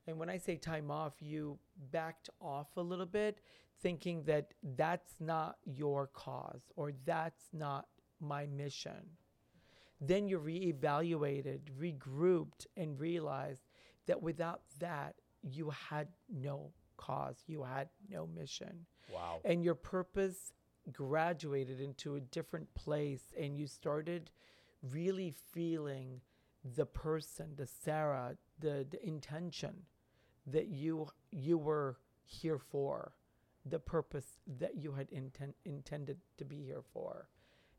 [SPEAKER 2] And when I say time off, you backed off a little bit, thinking that that's not your cause or that's not my mission. Then you reevaluated, regrouped, and realized that without that, you had no cause, you had no mission
[SPEAKER 1] Wow.
[SPEAKER 2] and your purpose graduated into a different place and you started really feeling the person the sarah the, the intention that you you were here for the purpose that you had inten- intended to be here for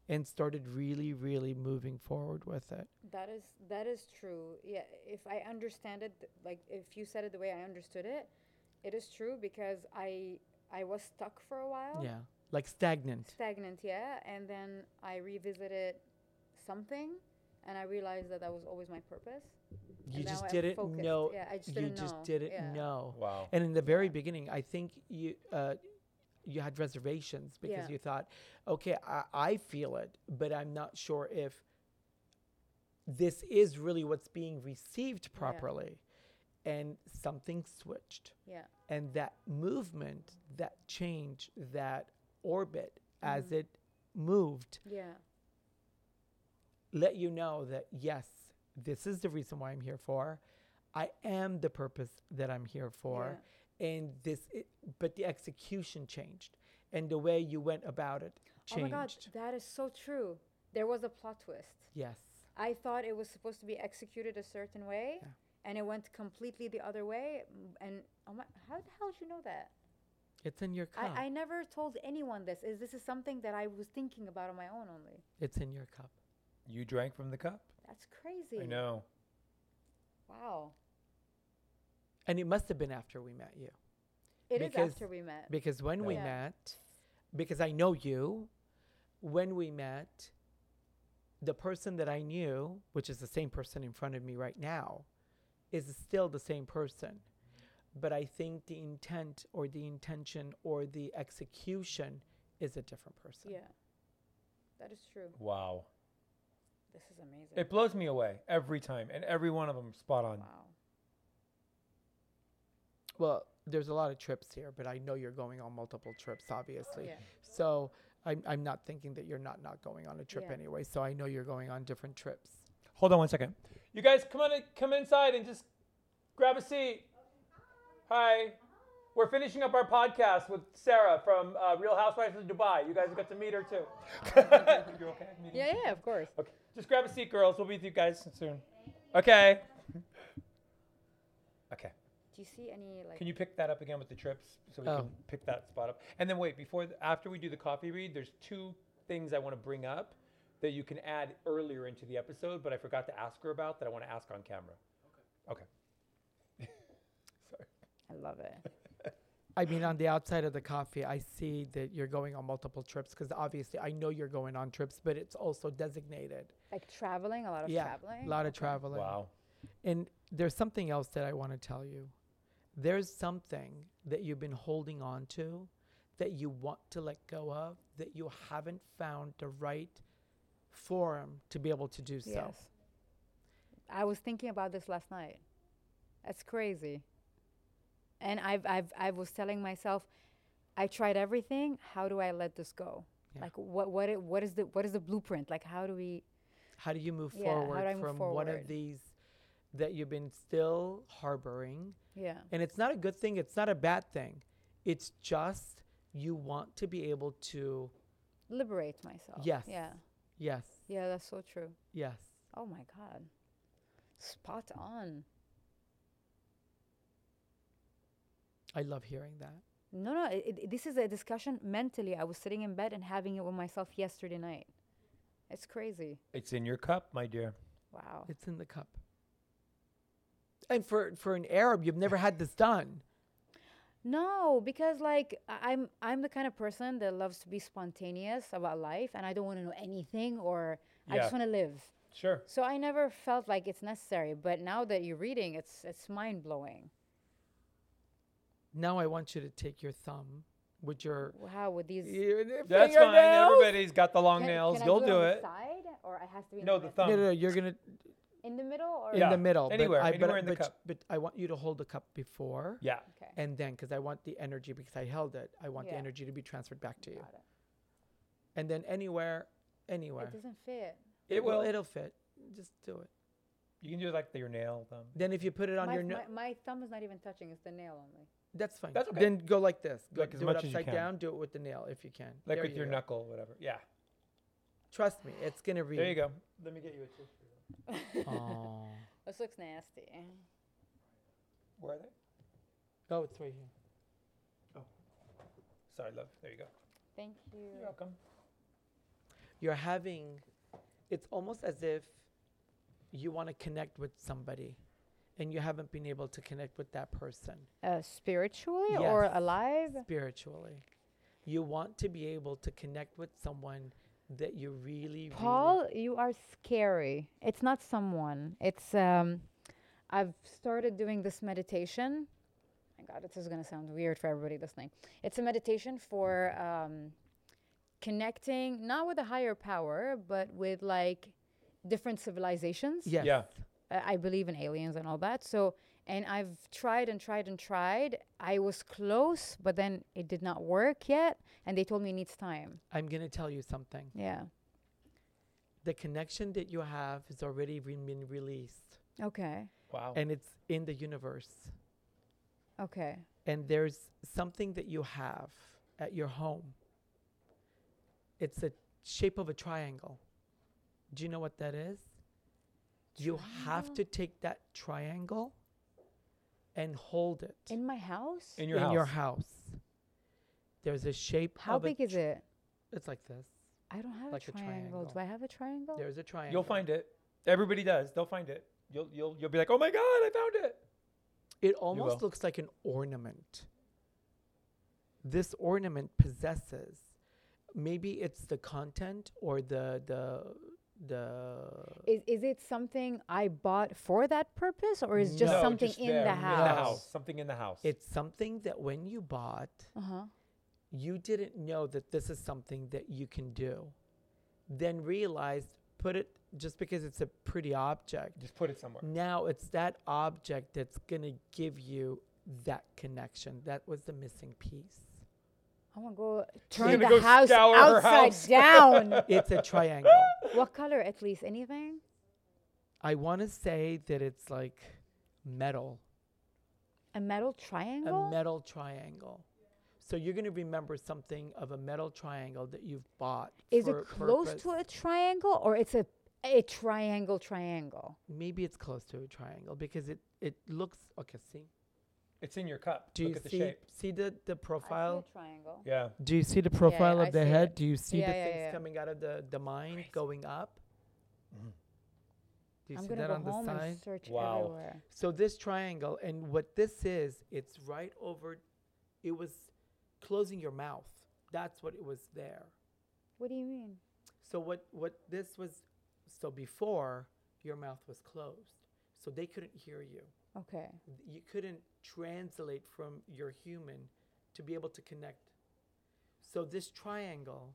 [SPEAKER 2] and started really really moving forward with it
[SPEAKER 3] That is that is true. Yeah, if I understand it, th- like if you said it the way I understood it, it is true because I I was stuck for a while,
[SPEAKER 2] yeah like stagnant
[SPEAKER 3] stagnant, yeah, and then I revisited something, and I realized that that was always my purpose.
[SPEAKER 2] you
[SPEAKER 3] now
[SPEAKER 2] just
[SPEAKER 3] I'm
[SPEAKER 2] didn't
[SPEAKER 3] focused.
[SPEAKER 2] know
[SPEAKER 3] Yeah, I just
[SPEAKER 2] you
[SPEAKER 3] didn't
[SPEAKER 2] just
[SPEAKER 3] know.
[SPEAKER 2] didn't
[SPEAKER 3] Yeah.
[SPEAKER 2] know
[SPEAKER 1] Wow.
[SPEAKER 2] And in the very beginning, I think you uh, you had reservations because
[SPEAKER 3] Yeah.
[SPEAKER 2] you thought, okay, I, I feel it, but I'm not sure if this is really what's being received properly. And something switched,
[SPEAKER 3] Yeah,
[SPEAKER 2] and that movement, that change, that orbit as it moved,
[SPEAKER 3] yeah,
[SPEAKER 2] let you know that yes, this is the reason why I'm here for. I am the purpose that I'm here for. And this, i but the execution changed and the way you went about it
[SPEAKER 3] Oh my
[SPEAKER 2] changed.
[SPEAKER 3] God, that is so true. There was a plot twist.
[SPEAKER 2] Yes.
[SPEAKER 3] I thought it was supposed to be executed a certain way,
[SPEAKER 2] Yeah.
[SPEAKER 3] and it went completely the other way. m- And oh my, how the hell did you know that?
[SPEAKER 2] It's in your cup.
[SPEAKER 3] I, I never told anyone this. Is this is something that I was thinking about on my own only?
[SPEAKER 2] it's in your cup.
[SPEAKER 1] You drank from the cup.
[SPEAKER 3] That's crazy.
[SPEAKER 1] I know.
[SPEAKER 3] Wow.
[SPEAKER 2] And it must have been after we met you.
[SPEAKER 3] it is
[SPEAKER 2] Because-
[SPEAKER 3] after we met.
[SPEAKER 2] Because when we
[SPEAKER 3] Yeah.
[SPEAKER 2] met, because I know you, when we met, the person that I knew, which is the same person in front of me right now, is still the same person. But I think the intent or the intention or the execution is a different person.
[SPEAKER 3] yeah. That is true.
[SPEAKER 1] Wow.
[SPEAKER 3] This is amazing.
[SPEAKER 1] It blows me away every time, and every one of them spot on.
[SPEAKER 3] wow.
[SPEAKER 2] Well, there's a lot of trips here, but I know you're going on multiple trips, obviously.
[SPEAKER 3] Yeah.
[SPEAKER 2] So I'm, I'm not thinking that you're not not going on a trip
[SPEAKER 3] Yeah.
[SPEAKER 2] anyway. So I know you're going on different trips.
[SPEAKER 1] Hold on one second. You guys come on, in- come inside and just grab a seat. Hi. We're finishing up our podcast with Sarah from uh, Real Housewives of Dubai. You guys got to meet her too. You're okay meeting
[SPEAKER 4] Yeah, yeah, of course.
[SPEAKER 1] Okay. Just grab a seat, girls. We'll be with you guys soon. Okay. Okay.
[SPEAKER 3] Do you see any like?
[SPEAKER 1] Can you pick that up again with the trips so we
[SPEAKER 2] Oh.
[SPEAKER 1] can pick that spot up? And then wait, before th- after we do the coffee read, there's two things I want to bring up that you can add earlier into the episode, but I forgot to ask her about that I want to ask on camera. Okay. Okay.
[SPEAKER 3] I love it.
[SPEAKER 2] I mean, on the outside of the coffee, I see that you're going on multiple trips because obviously I know you're going on trips, but it's also designated.
[SPEAKER 3] Like traveling, a lot of
[SPEAKER 2] yeah,
[SPEAKER 3] traveling.
[SPEAKER 2] a lot of traveling.
[SPEAKER 1] Wow.
[SPEAKER 2] And there's something else that I want to tell you. There's something that you've been holding on to that you want to let go of that you haven't found the right forum to be able to do so.
[SPEAKER 3] Yes. I was thinking about this last night. That's crazy. And I've, I've, I was telling myself, I tried everything. How do I let this go?
[SPEAKER 2] Yeah.
[SPEAKER 3] Like what, what, it, what is the, what is the blueprint? Like how do we,
[SPEAKER 2] How do you move
[SPEAKER 3] Yeah, how do
[SPEAKER 2] forward
[SPEAKER 3] I move
[SPEAKER 2] from one of
[SPEAKER 3] forward?
[SPEAKER 2] these that you've been still harboring?
[SPEAKER 3] yeah,
[SPEAKER 2] And it's not a good thing, it's not a bad thing. It's just you want to be able to,
[SPEAKER 3] liberate myself.
[SPEAKER 2] Yes.
[SPEAKER 3] Yeah.
[SPEAKER 2] yes,
[SPEAKER 3] Yeah. That's so true.
[SPEAKER 2] yes.
[SPEAKER 3] Oh my God. Spot on.
[SPEAKER 2] I love hearing that.
[SPEAKER 3] No, no. It, it- this is a discussion mentally. I was sitting in bed and having it with myself yesterday night. It's crazy.
[SPEAKER 1] It's in your cup, my dear.
[SPEAKER 3] Wow.
[SPEAKER 2] It's in the cup. And for, for an Arab, you've never had this done.
[SPEAKER 3] No, because like I- I'm I'm the kind of person that loves to be spontaneous about life and I don't want to know anything or I
[SPEAKER 1] Yeah.
[SPEAKER 3] just want to live.
[SPEAKER 1] Sure.
[SPEAKER 3] So I never felt like it's necessary, but now that you're reading it's it's mind-blowing.
[SPEAKER 2] Now I want you to take your thumb with your.
[SPEAKER 3] Wow, with these
[SPEAKER 2] your
[SPEAKER 1] That's fine.
[SPEAKER 2] fingernails.
[SPEAKER 1] Everybody's got the long
[SPEAKER 3] Can-
[SPEAKER 1] nails.
[SPEAKER 3] can I
[SPEAKER 1] You'll
[SPEAKER 3] on
[SPEAKER 1] do
[SPEAKER 3] the
[SPEAKER 1] it.
[SPEAKER 3] Side or it has to be in
[SPEAKER 1] No,
[SPEAKER 3] the,
[SPEAKER 1] the
[SPEAKER 3] mid-
[SPEAKER 2] No,
[SPEAKER 1] thumb.
[SPEAKER 2] no, no, you're going to.
[SPEAKER 3] in the middle or
[SPEAKER 2] In
[SPEAKER 1] Yeah.
[SPEAKER 2] the middle. but
[SPEAKER 1] Anywhere,
[SPEAKER 2] I, but,
[SPEAKER 1] anywhere in the
[SPEAKER 2] but,
[SPEAKER 1] cup.
[SPEAKER 2] But I want you to hold the cup before.
[SPEAKER 1] Yeah.
[SPEAKER 3] Okay.
[SPEAKER 2] And then, because I want the energy, because I held it, I want the
[SPEAKER 3] Yeah.
[SPEAKER 2] energy to be transferred back to you.
[SPEAKER 3] Got it.
[SPEAKER 2] And then anywhere, anywhere.
[SPEAKER 3] It doesn't fit.
[SPEAKER 1] It will.
[SPEAKER 2] It'll fit. Just do it.
[SPEAKER 1] You can do like the, your nail thumb.
[SPEAKER 2] Then if you put it on
[SPEAKER 3] my,
[SPEAKER 2] your nose,
[SPEAKER 3] my, my thumb is not even touching, it's the nail only.
[SPEAKER 2] that's fine.
[SPEAKER 1] That's okay.
[SPEAKER 2] Then go like this. Go,
[SPEAKER 1] Like as
[SPEAKER 2] do
[SPEAKER 1] much as
[SPEAKER 2] it
[SPEAKER 1] you
[SPEAKER 2] upside
[SPEAKER 1] can.
[SPEAKER 2] down. Do it with the nail if you can.
[SPEAKER 1] Like
[SPEAKER 2] There
[SPEAKER 1] with
[SPEAKER 2] you
[SPEAKER 1] your
[SPEAKER 2] go.
[SPEAKER 1] knuckle, whatever. Yeah.
[SPEAKER 2] Trust me, it's gonna read.
[SPEAKER 1] There you go. Let me get you a tissue.
[SPEAKER 2] Oh.
[SPEAKER 3] This looks nasty.
[SPEAKER 1] Where are they?
[SPEAKER 2] oh, it's right here.
[SPEAKER 1] Sorry, love. There you go.
[SPEAKER 3] Thank you.
[SPEAKER 1] You're welcome.
[SPEAKER 2] You're having. It's almost as if you want to connect with somebody, and you haven't been able to connect with that person.
[SPEAKER 3] Uh, spiritually or
[SPEAKER 2] Yes.
[SPEAKER 3] alive?
[SPEAKER 2] spiritually. You want to be able to connect with someone that you really, really
[SPEAKER 3] Paul, you are scary. It's not someone. It's um I've started doing this meditation. My god, this is going to sound weird for everybody listening. It's a meditation for um connecting not with a higher power, but with like different civilizations.
[SPEAKER 2] yes.
[SPEAKER 1] Yeah.
[SPEAKER 3] Uh, I believe in aliens and all that. So, and I've tried and tried and tried. I was close, but then it did not work yet, and they told me it needs time.
[SPEAKER 2] I'm gonna tell you something.
[SPEAKER 3] Yeah.
[SPEAKER 2] The connection that you have has already re- been released,
[SPEAKER 3] Okay.
[SPEAKER 1] Wow.
[SPEAKER 2] and it's in the universe.
[SPEAKER 3] Okay.
[SPEAKER 2] And there's something that you have at your home. It's a shape of a triangle. Do you know what that is? You have to take that triangle and hold it.
[SPEAKER 3] In my house?
[SPEAKER 1] in your
[SPEAKER 2] in
[SPEAKER 1] house.
[SPEAKER 2] your house. There's a shape.
[SPEAKER 3] How
[SPEAKER 2] of a
[SPEAKER 3] big is
[SPEAKER 2] tr-
[SPEAKER 3] it?
[SPEAKER 2] It's like this.
[SPEAKER 3] I don't have
[SPEAKER 2] Like
[SPEAKER 3] a
[SPEAKER 2] a
[SPEAKER 3] triangle. Do
[SPEAKER 2] triangle.
[SPEAKER 3] I have a triangle?
[SPEAKER 2] There's a triangle.
[SPEAKER 1] You'll find it. Everybody does. They'll find it. You'll you'll you'll be like, oh my god, I found it.
[SPEAKER 2] It almost
[SPEAKER 1] will.
[SPEAKER 2] looks like an ornament. This ornament possesses. Maybe it's the content or the the the.
[SPEAKER 3] Is, is it something I bought for that purpose or is just
[SPEAKER 1] No,
[SPEAKER 3] something
[SPEAKER 1] just
[SPEAKER 3] in
[SPEAKER 1] there,
[SPEAKER 3] the
[SPEAKER 1] In the
[SPEAKER 3] house?
[SPEAKER 1] house. Something in the house.
[SPEAKER 2] It's something that when you bought,
[SPEAKER 3] Uh-huh.
[SPEAKER 2] you didn't know that this is something that you can do. Then realized, put it just because it's a pretty object.
[SPEAKER 1] just put it somewhere.
[SPEAKER 2] Now it's that object that's going to give you that connection. That was the missing piece.
[SPEAKER 3] I want to go turn
[SPEAKER 1] gonna
[SPEAKER 3] the
[SPEAKER 1] go
[SPEAKER 3] house
[SPEAKER 1] scour her
[SPEAKER 3] outside
[SPEAKER 1] house.
[SPEAKER 3] down.
[SPEAKER 2] It's a triangle.
[SPEAKER 3] what color at least? Anything?
[SPEAKER 2] I want to say that it's like metal,
[SPEAKER 3] A metal triangle?
[SPEAKER 2] a metal triangle. So you're going to remember something of a metal triangle that you've bought.
[SPEAKER 3] Is
[SPEAKER 2] for
[SPEAKER 3] it
[SPEAKER 2] a
[SPEAKER 3] close to
[SPEAKER 2] purpose.
[SPEAKER 3] a triangle or it's a a triangle triangle?
[SPEAKER 2] Maybe it's close to a triangle because it, it looks. Okay, see?
[SPEAKER 1] It's in your cup.
[SPEAKER 2] Do
[SPEAKER 1] Look
[SPEAKER 2] you
[SPEAKER 1] at the
[SPEAKER 2] see,
[SPEAKER 1] shape.
[SPEAKER 2] see the, the profile?
[SPEAKER 3] triangle.
[SPEAKER 1] Yeah.
[SPEAKER 2] Do you see the profile
[SPEAKER 3] I
[SPEAKER 2] of the
[SPEAKER 3] see
[SPEAKER 2] head?
[SPEAKER 3] it.
[SPEAKER 2] Do you see
[SPEAKER 3] Yeah,
[SPEAKER 2] the
[SPEAKER 3] yeah,
[SPEAKER 2] things
[SPEAKER 3] yeah.
[SPEAKER 2] coming out of the, the mind going up?
[SPEAKER 1] Mm.
[SPEAKER 2] Do you
[SPEAKER 3] I'm
[SPEAKER 2] see
[SPEAKER 3] gonna
[SPEAKER 2] that
[SPEAKER 3] go
[SPEAKER 2] on the
[SPEAKER 3] home
[SPEAKER 2] side?
[SPEAKER 3] and search
[SPEAKER 1] Wow.
[SPEAKER 3] everywhere.
[SPEAKER 2] So this triangle and what this is, it's right over It was closing your mouth. That's what it was there.
[SPEAKER 3] What do you mean?
[SPEAKER 2] So what what this was so before your mouth was closed. So they couldn't hear you.
[SPEAKER 4] Okay.
[SPEAKER 2] You couldn't translate from your human to be able to connect. So this triangle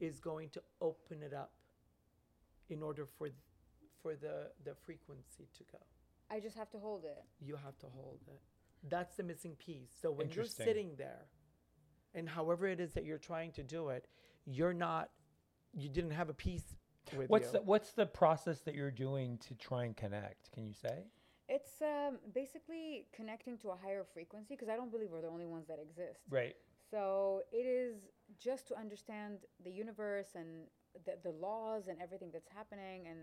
[SPEAKER 2] is going to open it up in order for th- for the the frequency to go.
[SPEAKER 3] I just have to hold it.
[SPEAKER 2] You have to hold it. That's the missing piece. So when you're
[SPEAKER 1] Interesting.
[SPEAKER 2] sitting there and however it is that you're trying to do it, you're not you didn't have a piece with
[SPEAKER 1] What's
[SPEAKER 2] you.
[SPEAKER 1] the, what's the process that you're doing to try and connect? Can you say?
[SPEAKER 3] It's um, basically connecting to a higher frequency because I don't believe we're the only ones that exist.
[SPEAKER 1] Right.
[SPEAKER 3] So it is just to understand the universe and the, the laws and everything that's happening. And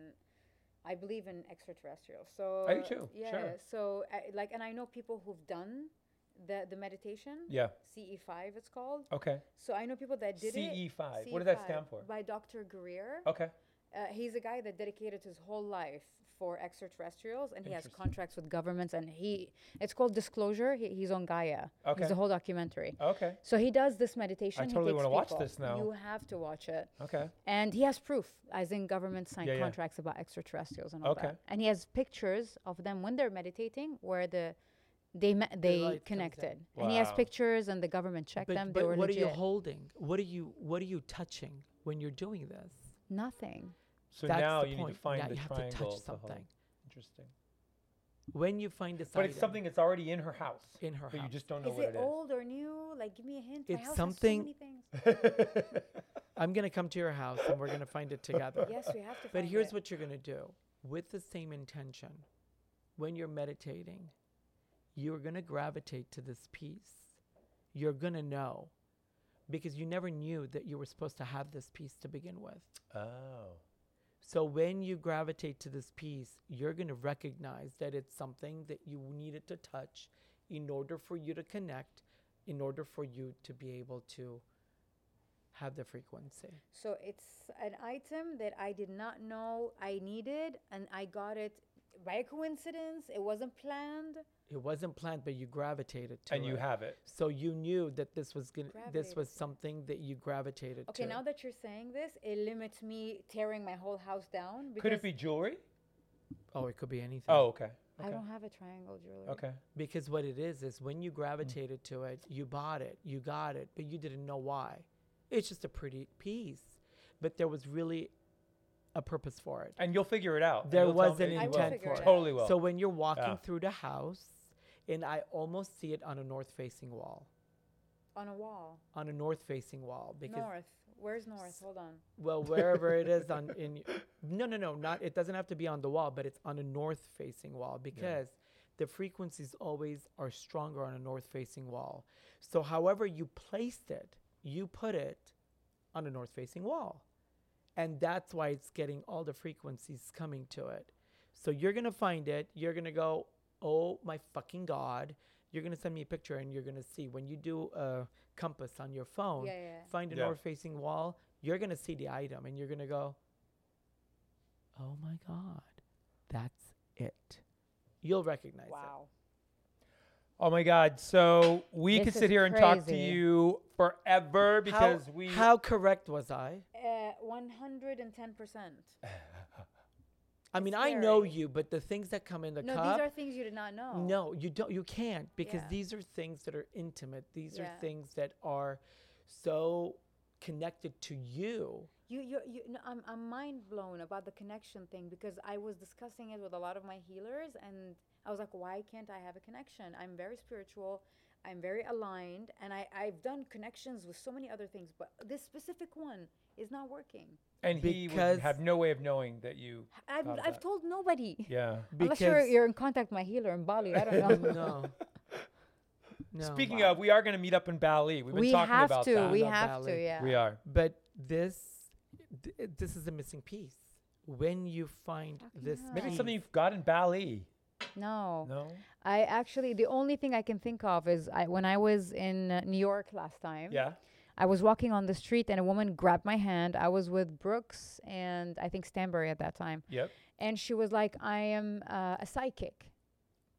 [SPEAKER 3] I believe in extraterrestrials. So
[SPEAKER 1] I do too,
[SPEAKER 3] Yeah.
[SPEAKER 1] sure.
[SPEAKER 3] So I, like, and I know people who've done the the meditation.
[SPEAKER 1] Yeah. Oh.
[SPEAKER 3] CE5, it's called.
[SPEAKER 1] Okay.
[SPEAKER 3] So I know people that did it. E
[SPEAKER 1] CE5. E What does that stand for?
[SPEAKER 3] By Dr. Greer.
[SPEAKER 1] Okay.
[SPEAKER 3] Uh, he's a guy that dedicated his whole life for extraterrestrials, and he has
[SPEAKER 1] Interesting.
[SPEAKER 3] contracts with governments. And he—it's called Disclosure. He, he's on Gaia.
[SPEAKER 1] Okay.
[SPEAKER 3] It's a whole documentary.
[SPEAKER 1] Okay.
[SPEAKER 3] So he does this meditation.
[SPEAKER 1] I
[SPEAKER 3] he
[SPEAKER 1] totally
[SPEAKER 3] takes
[SPEAKER 1] wanna watch
[SPEAKER 3] people.
[SPEAKER 1] this now.
[SPEAKER 3] You have to watch it.
[SPEAKER 1] Okay.
[SPEAKER 3] And he has proof, as in government signed
[SPEAKER 1] Yeah, yeah.
[SPEAKER 3] contracts about extraterrestrials and all
[SPEAKER 1] Okay.
[SPEAKER 3] that. And he has pictures of them when they're meditating, where the they me-
[SPEAKER 2] light comes
[SPEAKER 3] they
[SPEAKER 2] in.
[SPEAKER 3] connected. And he has
[SPEAKER 1] Wow.
[SPEAKER 3] pictures, and the government checked
[SPEAKER 2] but,
[SPEAKER 3] them.
[SPEAKER 2] but
[SPEAKER 3] they were
[SPEAKER 2] what
[SPEAKER 3] legit.
[SPEAKER 2] are you holding? What are you what are you touching when you're doing this?
[SPEAKER 3] Nothing.
[SPEAKER 1] So
[SPEAKER 2] That's
[SPEAKER 1] now
[SPEAKER 2] the
[SPEAKER 1] you need
[SPEAKER 2] point.
[SPEAKER 1] to find
[SPEAKER 2] Now
[SPEAKER 1] the
[SPEAKER 2] you have to touch
[SPEAKER 1] triangle. of the whole-
[SPEAKER 2] something.
[SPEAKER 1] Interesting.
[SPEAKER 2] When you find this
[SPEAKER 1] But
[SPEAKER 2] item,
[SPEAKER 1] it's something that's already in her house.
[SPEAKER 2] In her
[SPEAKER 1] but you
[SPEAKER 2] house.
[SPEAKER 1] just don't know
[SPEAKER 3] Is
[SPEAKER 1] what
[SPEAKER 3] it old or new? Like, give me a hint. My
[SPEAKER 2] It's
[SPEAKER 3] house has so
[SPEAKER 2] something-
[SPEAKER 3] many things.
[SPEAKER 2] I'm gonna come to your house and we're gonna find it together.
[SPEAKER 3] yes, we have to.
[SPEAKER 2] But
[SPEAKER 3] find
[SPEAKER 2] here's
[SPEAKER 3] it.
[SPEAKER 2] what you're going to do with the same intention. When you're meditating, you're going to gravitate to this piece. You're going to know because you never knew that you were supposed to have this piece to begin with.
[SPEAKER 1] Oh.
[SPEAKER 2] So when you gravitate to this piece, you're going to recognize that it's something that you needed to touch in order for you to connect, in order for you to be able to have the frequency.
[SPEAKER 3] So it's an item that I did not know I needed, and I got it by a coincidence. It wasn't planned.
[SPEAKER 2] It wasn't planned, but you gravitated to
[SPEAKER 1] And
[SPEAKER 2] it.
[SPEAKER 1] you have it.
[SPEAKER 2] So you knew that this was gonna, this
[SPEAKER 3] Gravitated
[SPEAKER 2] was something that you gravitated
[SPEAKER 3] Okay,
[SPEAKER 2] to.
[SPEAKER 3] now that you're saying this, it limits me tearing my whole house down. Because
[SPEAKER 1] Could it be jewelry?
[SPEAKER 2] oh, it could be anything.
[SPEAKER 1] Oh, okay.
[SPEAKER 4] I
[SPEAKER 1] Okay.
[SPEAKER 4] don't have a triangle jewelry.
[SPEAKER 1] Okay.
[SPEAKER 2] because what it is is when you
[SPEAKER 1] Mm.
[SPEAKER 2] gravitated to it, you bought it, you got it, but you didn't know why. It's just a pretty piece, but there was really a purpose for it.
[SPEAKER 1] And you'll figure it out. and
[SPEAKER 2] There
[SPEAKER 1] you'll tell
[SPEAKER 2] was
[SPEAKER 1] me
[SPEAKER 2] an
[SPEAKER 1] you
[SPEAKER 3] I
[SPEAKER 1] will.
[SPEAKER 3] will
[SPEAKER 2] intent
[SPEAKER 3] figure
[SPEAKER 2] for
[SPEAKER 3] it
[SPEAKER 2] it.
[SPEAKER 3] out.
[SPEAKER 1] Totally will. Ah.
[SPEAKER 2] So when you're walking
[SPEAKER 1] Yeah.
[SPEAKER 2] through the house, and I almost see it on a north-facing wall,
[SPEAKER 3] on a wall?
[SPEAKER 2] on a north-facing wall because
[SPEAKER 3] north. Where's north? Hold on.
[SPEAKER 2] Well, wherever it is on in y- no no no not it doesn't have to be on the wall, but it's on a north facing wall because the frequencies always are stronger on a north facing wall. So however you placed it, you put it on a north facing wall. And that's why it's getting all the frequencies coming to it. So you're gonna find it, you're gonna go, Oh my fucking God. You're gonna send me a picture and you're gonna see when you do a compass on your phone,
[SPEAKER 3] Yeah, yeah.
[SPEAKER 2] find a
[SPEAKER 1] Yeah.
[SPEAKER 2] north facing wall, you're going to see the item and you're going to go, oh my God, that's it. You'll recognize
[SPEAKER 3] Wow.
[SPEAKER 1] Oh my God! So we
[SPEAKER 4] This
[SPEAKER 1] could
[SPEAKER 4] is
[SPEAKER 1] sit here and talk to
[SPEAKER 4] crazy.
[SPEAKER 1] you forever
[SPEAKER 2] it.
[SPEAKER 1] because
[SPEAKER 2] how,
[SPEAKER 1] we.
[SPEAKER 2] how correct was I?
[SPEAKER 3] Uh, 110 percent.
[SPEAKER 2] I mean, I know you, but the things that come in the
[SPEAKER 3] No,
[SPEAKER 2] cup.
[SPEAKER 3] these are things you did not know.
[SPEAKER 2] No, you don't. You can't because
[SPEAKER 3] Yeah.
[SPEAKER 2] these are things that are intimate. These
[SPEAKER 3] Yeah.
[SPEAKER 2] are things that are so connected to you.
[SPEAKER 3] You, you, you no, I'm, I'm mind blown about the connection thing because I was discussing it with a lot of my healers, and I was like, why can't I have a connection? I'm very spiritual, I'm very aligned, and I, I've done connections with so many other things, but this specific one is not working.
[SPEAKER 1] and he would
[SPEAKER 2] because-
[SPEAKER 1] have no way of knowing that you.
[SPEAKER 3] I've,
[SPEAKER 1] got
[SPEAKER 3] I've
[SPEAKER 1] that.
[SPEAKER 3] told nobody.
[SPEAKER 1] Yeah.
[SPEAKER 4] Unless you're, you're in contact with my healer in Bali. I don't know.
[SPEAKER 2] no. no.
[SPEAKER 1] Speaking of, we are going to meet up in Bali. We've been
[SPEAKER 4] we
[SPEAKER 1] talking
[SPEAKER 4] have
[SPEAKER 1] about
[SPEAKER 4] to.
[SPEAKER 1] that.
[SPEAKER 4] We
[SPEAKER 2] Love
[SPEAKER 4] have to.
[SPEAKER 2] Bali.
[SPEAKER 4] Yeah.
[SPEAKER 1] We are.
[SPEAKER 2] But this, th- this is a missing piece. When you find this,
[SPEAKER 1] Maybe it's
[SPEAKER 2] piece-
[SPEAKER 1] something you've got in Bali.
[SPEAKER 2] Oh.
[SPEAKER 4] No.
[SPEAKER 1] No.
[SPEAKER 4] I actually the only thing I can think of is I, when I was in uh, New York last time.
[SPEAKER 1] Yeah.
[SPEAKER 4] I was walking on the street and a woman grabbed my hand. I was with Brooks and I think Stanbury at that time.
[SPEAKER 1] Yep.
[SPEAKER 4] And she was like, I am uh, a psychic.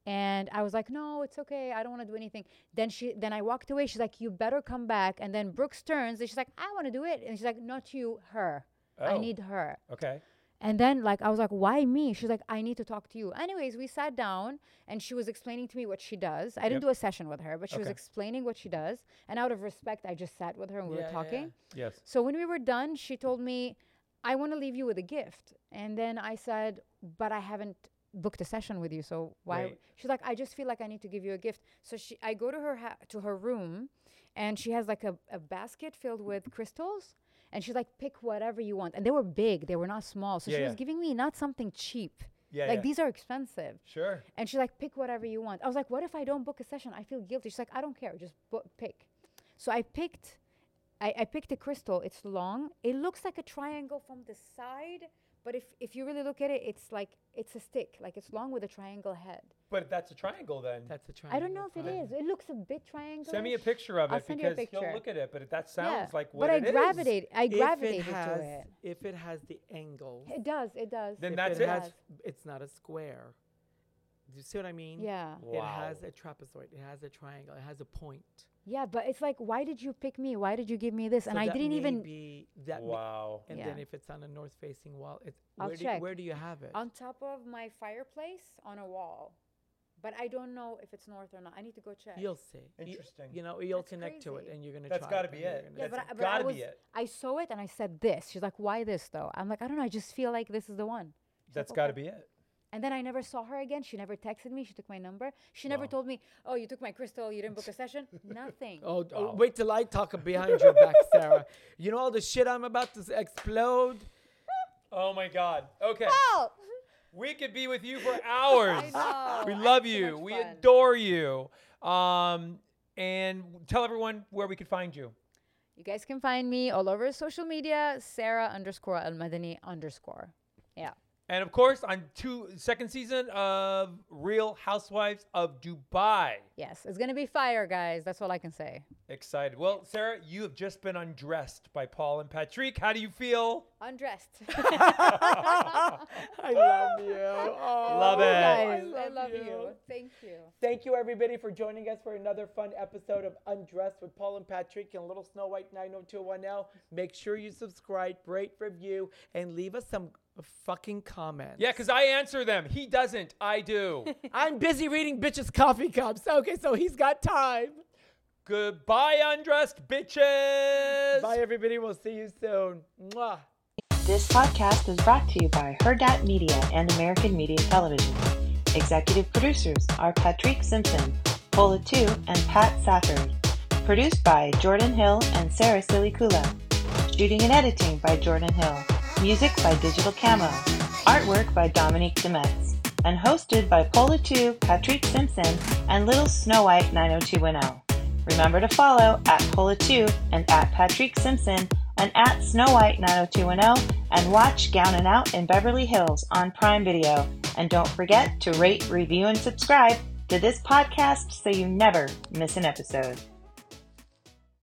[SPEAKER 3] And I was like, no, it's okay. I don't want to do anything. Then she, then I walked away. She's like, you better come back. And then Brooks turns and she's like, I want to do it. And she's like, not you, her. I
[SPEAKER 1] Oh.
[SPEAKER 3] need her.
[SPEAKER 1] Okay.
[SPEAKER 3] And then like I was like, why me? She's like, I need to talk to you. Anyways, we sat down and she was explaining to me what she does. I didn't do a session with her, but she was
[SPEAKER 1] Okay.
[SPEAKER 3] explaining what she does. And out of respect, I just sat with her and we were talking.
[SPEAKER 1] Yes.
[SPEAKER 3] So when we were done, she told me, I want to leave you with a gift. And then I said, But I haven't booked a session with you. So why?
[SPEAKER 1] Right.
[SPEAKER 3] She's like, I just feel like I need to give you a gift. So she, I go to her, ha- to her room and she has like a, a basket filled with crystals. And she's like, pick whatever you want. And they were big, they were not small. So
[SPEAKER 1] Yeah,
[SPEAKER 3] she was
[SPEAKER 1] yeah.
[SPEAKER 3] giving me not something cheap.
[SPEAKER 1] Yeah,
[SPEAKER 3] like
[SPEAKER 1] yeah.
[SPEAKER 3] these are expensive.
[SPEAKER 1] Sure.
[SPEAKER 3] And she's like, pick whatever you want. I was like, what if I don't book a session? I feel guilty. She's like, I don't care. Just bo- pick. So I picked. I, I picked a crystal. It's long. It looks like a triangle from the side, but if, if you really look at it, it's like it's a stick. Like it's long with a triangle head.
[SPEAKER 1] But that's a triangle then.
[SPEAKER 2] That's a
[SPEAKER 3] I don't know if it
[SPEAKER 2] triangle.
[SPEAKER 3] is. It looks a bit triangle.
[SPEAKER 1] Send me a picture of
[SPEAKER 3] I'll
[SPEAKER 1] it
[SPEAKER 3] send you a
[SPEAKER 1] because he'll
[SPEAKER 3] picture.
[SPEAKER 1] look at it. But that sounds like what
[SPEAKER 3] but I
[SPEAKER 1] it is.
[SPEAKER 3] gravitate. I
[SPEAKER 2] If it
[SPEAKER 3] gravitated
[SPEAKER 2] has-
[SPEAKER 3] to it.
[SPEAKER 2] If it has the angle,
[SPEAKER 3] It does. It does.
[SPEAKER 1] Then
[SPEAKER 2] if
[SPEAKER 1] that's
[SPEAKER 2] it.
[SPEAKER 1] it?
[SPEAKER 2] Has, it's not a square. Do you see what I mean?
[SPEAKER 3] yeah.
[SPEAKER 2] It has
[SPEAKER 1] Wow.
[SPEAKER 2] a trapezoid. It has a triangle. It has a point.
[SPEAKER 3] Yeah, but it's like, why did you pick me? Why did you give me this? And
[SPEAKER 2] So
[SPEAKER 3] I
[SPEAKER 2] that
[SPEAKER 3] didn't
[SPEAKER 2] may
[SPEAKER 3] even
[SPEAKER 2] be- that may-
[SPEAKER 1] Wow.
[SPEAKER 2] and
[SPEAKER 3] Yeah.
[SPEAKER 2] then if it's on a north-facing wall, it's
[SPEAKER 3] I'll
[SPEAKER 2] where, do you,
[SPEAKER 3] check.
[SPEAKER 2] where do you have it?
[SPEAKER 3] I'll
[SPEAKER 5] on top of my fireplace on a wall. But I don't know if it's north or not. I need to go check.
[SPEAKER 2] You'll see. Y-
[SPEAKER 1] Interesting.
[SPEAKER 2] You, know, you'll
[SPEAKER 3] That's
[SPEAKER 2] connect to it,
[SPEAKER 3] crazy.
[SPEAKER 2] and you're gonna.
[SPEAKER 1] That's
[SPEAKER 2] try
[SPEAKER 1] gotta
[SPEAKER 2] and
[SPEAKER 1] be
[SPEAKER 2] you're
[SPEAKER 1] it.
[SPEAKER 2] gonna
[SPEAKER 3] Yeah,
[SPEAKER 2] try
[SPEAKER 3] but, I-
[SPEAKER 1] That's
[SPEAKER 3] but I
[SPEAKER 1] gotta
[SPEAKER 3] was,
[SPEAKER 1] be it.
[SPEAKER 3] I saw it and I said this. She's like, why this though? I'm like, I don't know. I just feel like this is the one. She's
[SPEAKER 1] That's
[SPEAKER 3] like,
[SPEAKER 1] got to
[SPEAKER 3] "Okay."
[SPEAKER 1] be it.
[SPEAKER 3] And then I never saw her again. She never texted me. She took my number. She never told me, oh, you took my crystal. You didn't book a session. Nothing.
[SPEAKER 2] Oh, d- oh, wait till I talk behind your back, Sarah. You know all the shit I'm about to s- explode.
[SPEAKER 1] Oh my God. Okay.
[SPEAKER 3] Oh!
[SPEAKER 1] We could be with you for hours.
[SPEAKER 3] know.
[SPEAKER 1] We
[SPEAKER 3] It's
[SPEAKER 1] love
[SPEAKER 3] so
[SPEAKER 1] you.
[SPEAKER 3] much
[SPEAKER 1] we
[SPEAKER 3] fun.
[SPEAKER 1] adore you. Um, and tell everyone where we can find you.
[SPEAKER 3] You guys can find me all over social media. Sarah underscore Almadani underscore. Yeah.
[SPEAKER 1] And of course, on two second season of Real Housewives of Dubai.
[SPEAKER 3] Yes. It's going to be fire, guys. That's all I can say.
[SPEAKER 1] Excited. Well, Sarah, you have just been undressed by Paul and Patrick. How do you feel?
[SPEAKER 3] Undressed.
[SPEAKER 2] I love you. Oh.
[SPEAKER 1] Love it.
[SPEAKER 3] guys, I love you.
[SPEAKER 5] Thank you.
[SPEAKER 2] Thank you, everybody, for joining us for another fun episode of Undressed with Paul and Patrick and Little Snow White 90210. Make sure you subscribe, rate, review, and leave us some fucking comments.
[SPEAKER 1] Yeah, because I answer them. He doesn't. I do.
[SPEAKER 2] I'm busy reading bitches' coffee cups. Okay, so he's got time.
[SPEAKER 1] Goodbye, undressed bitches.
[SPEAKER 2] Bye, everybody. We'll see you soon. Mwah.
[SPEAKER 6] This podcast is brought to you by Herdat Media and American Media Television. Executive producers are Patrick Simpson, Paula Tu, and Pat Safford. Produced by Jordan Hill and Sarah Silicula. Shooting and editing by Jordan Hill. Music by Digital Camo. Artwork by Dominique Demetz. And hosted by Paula Tu, Patrick Simpson, and Little Snow White 90210. Remember to follow at Pola2 and at Patrick Simpson and at Snow White 90210 and watch Gown and Out in Beverly Hills on Prime Video. And don't forget to rate, review, and subscribe to this podcast so you never miss an episode.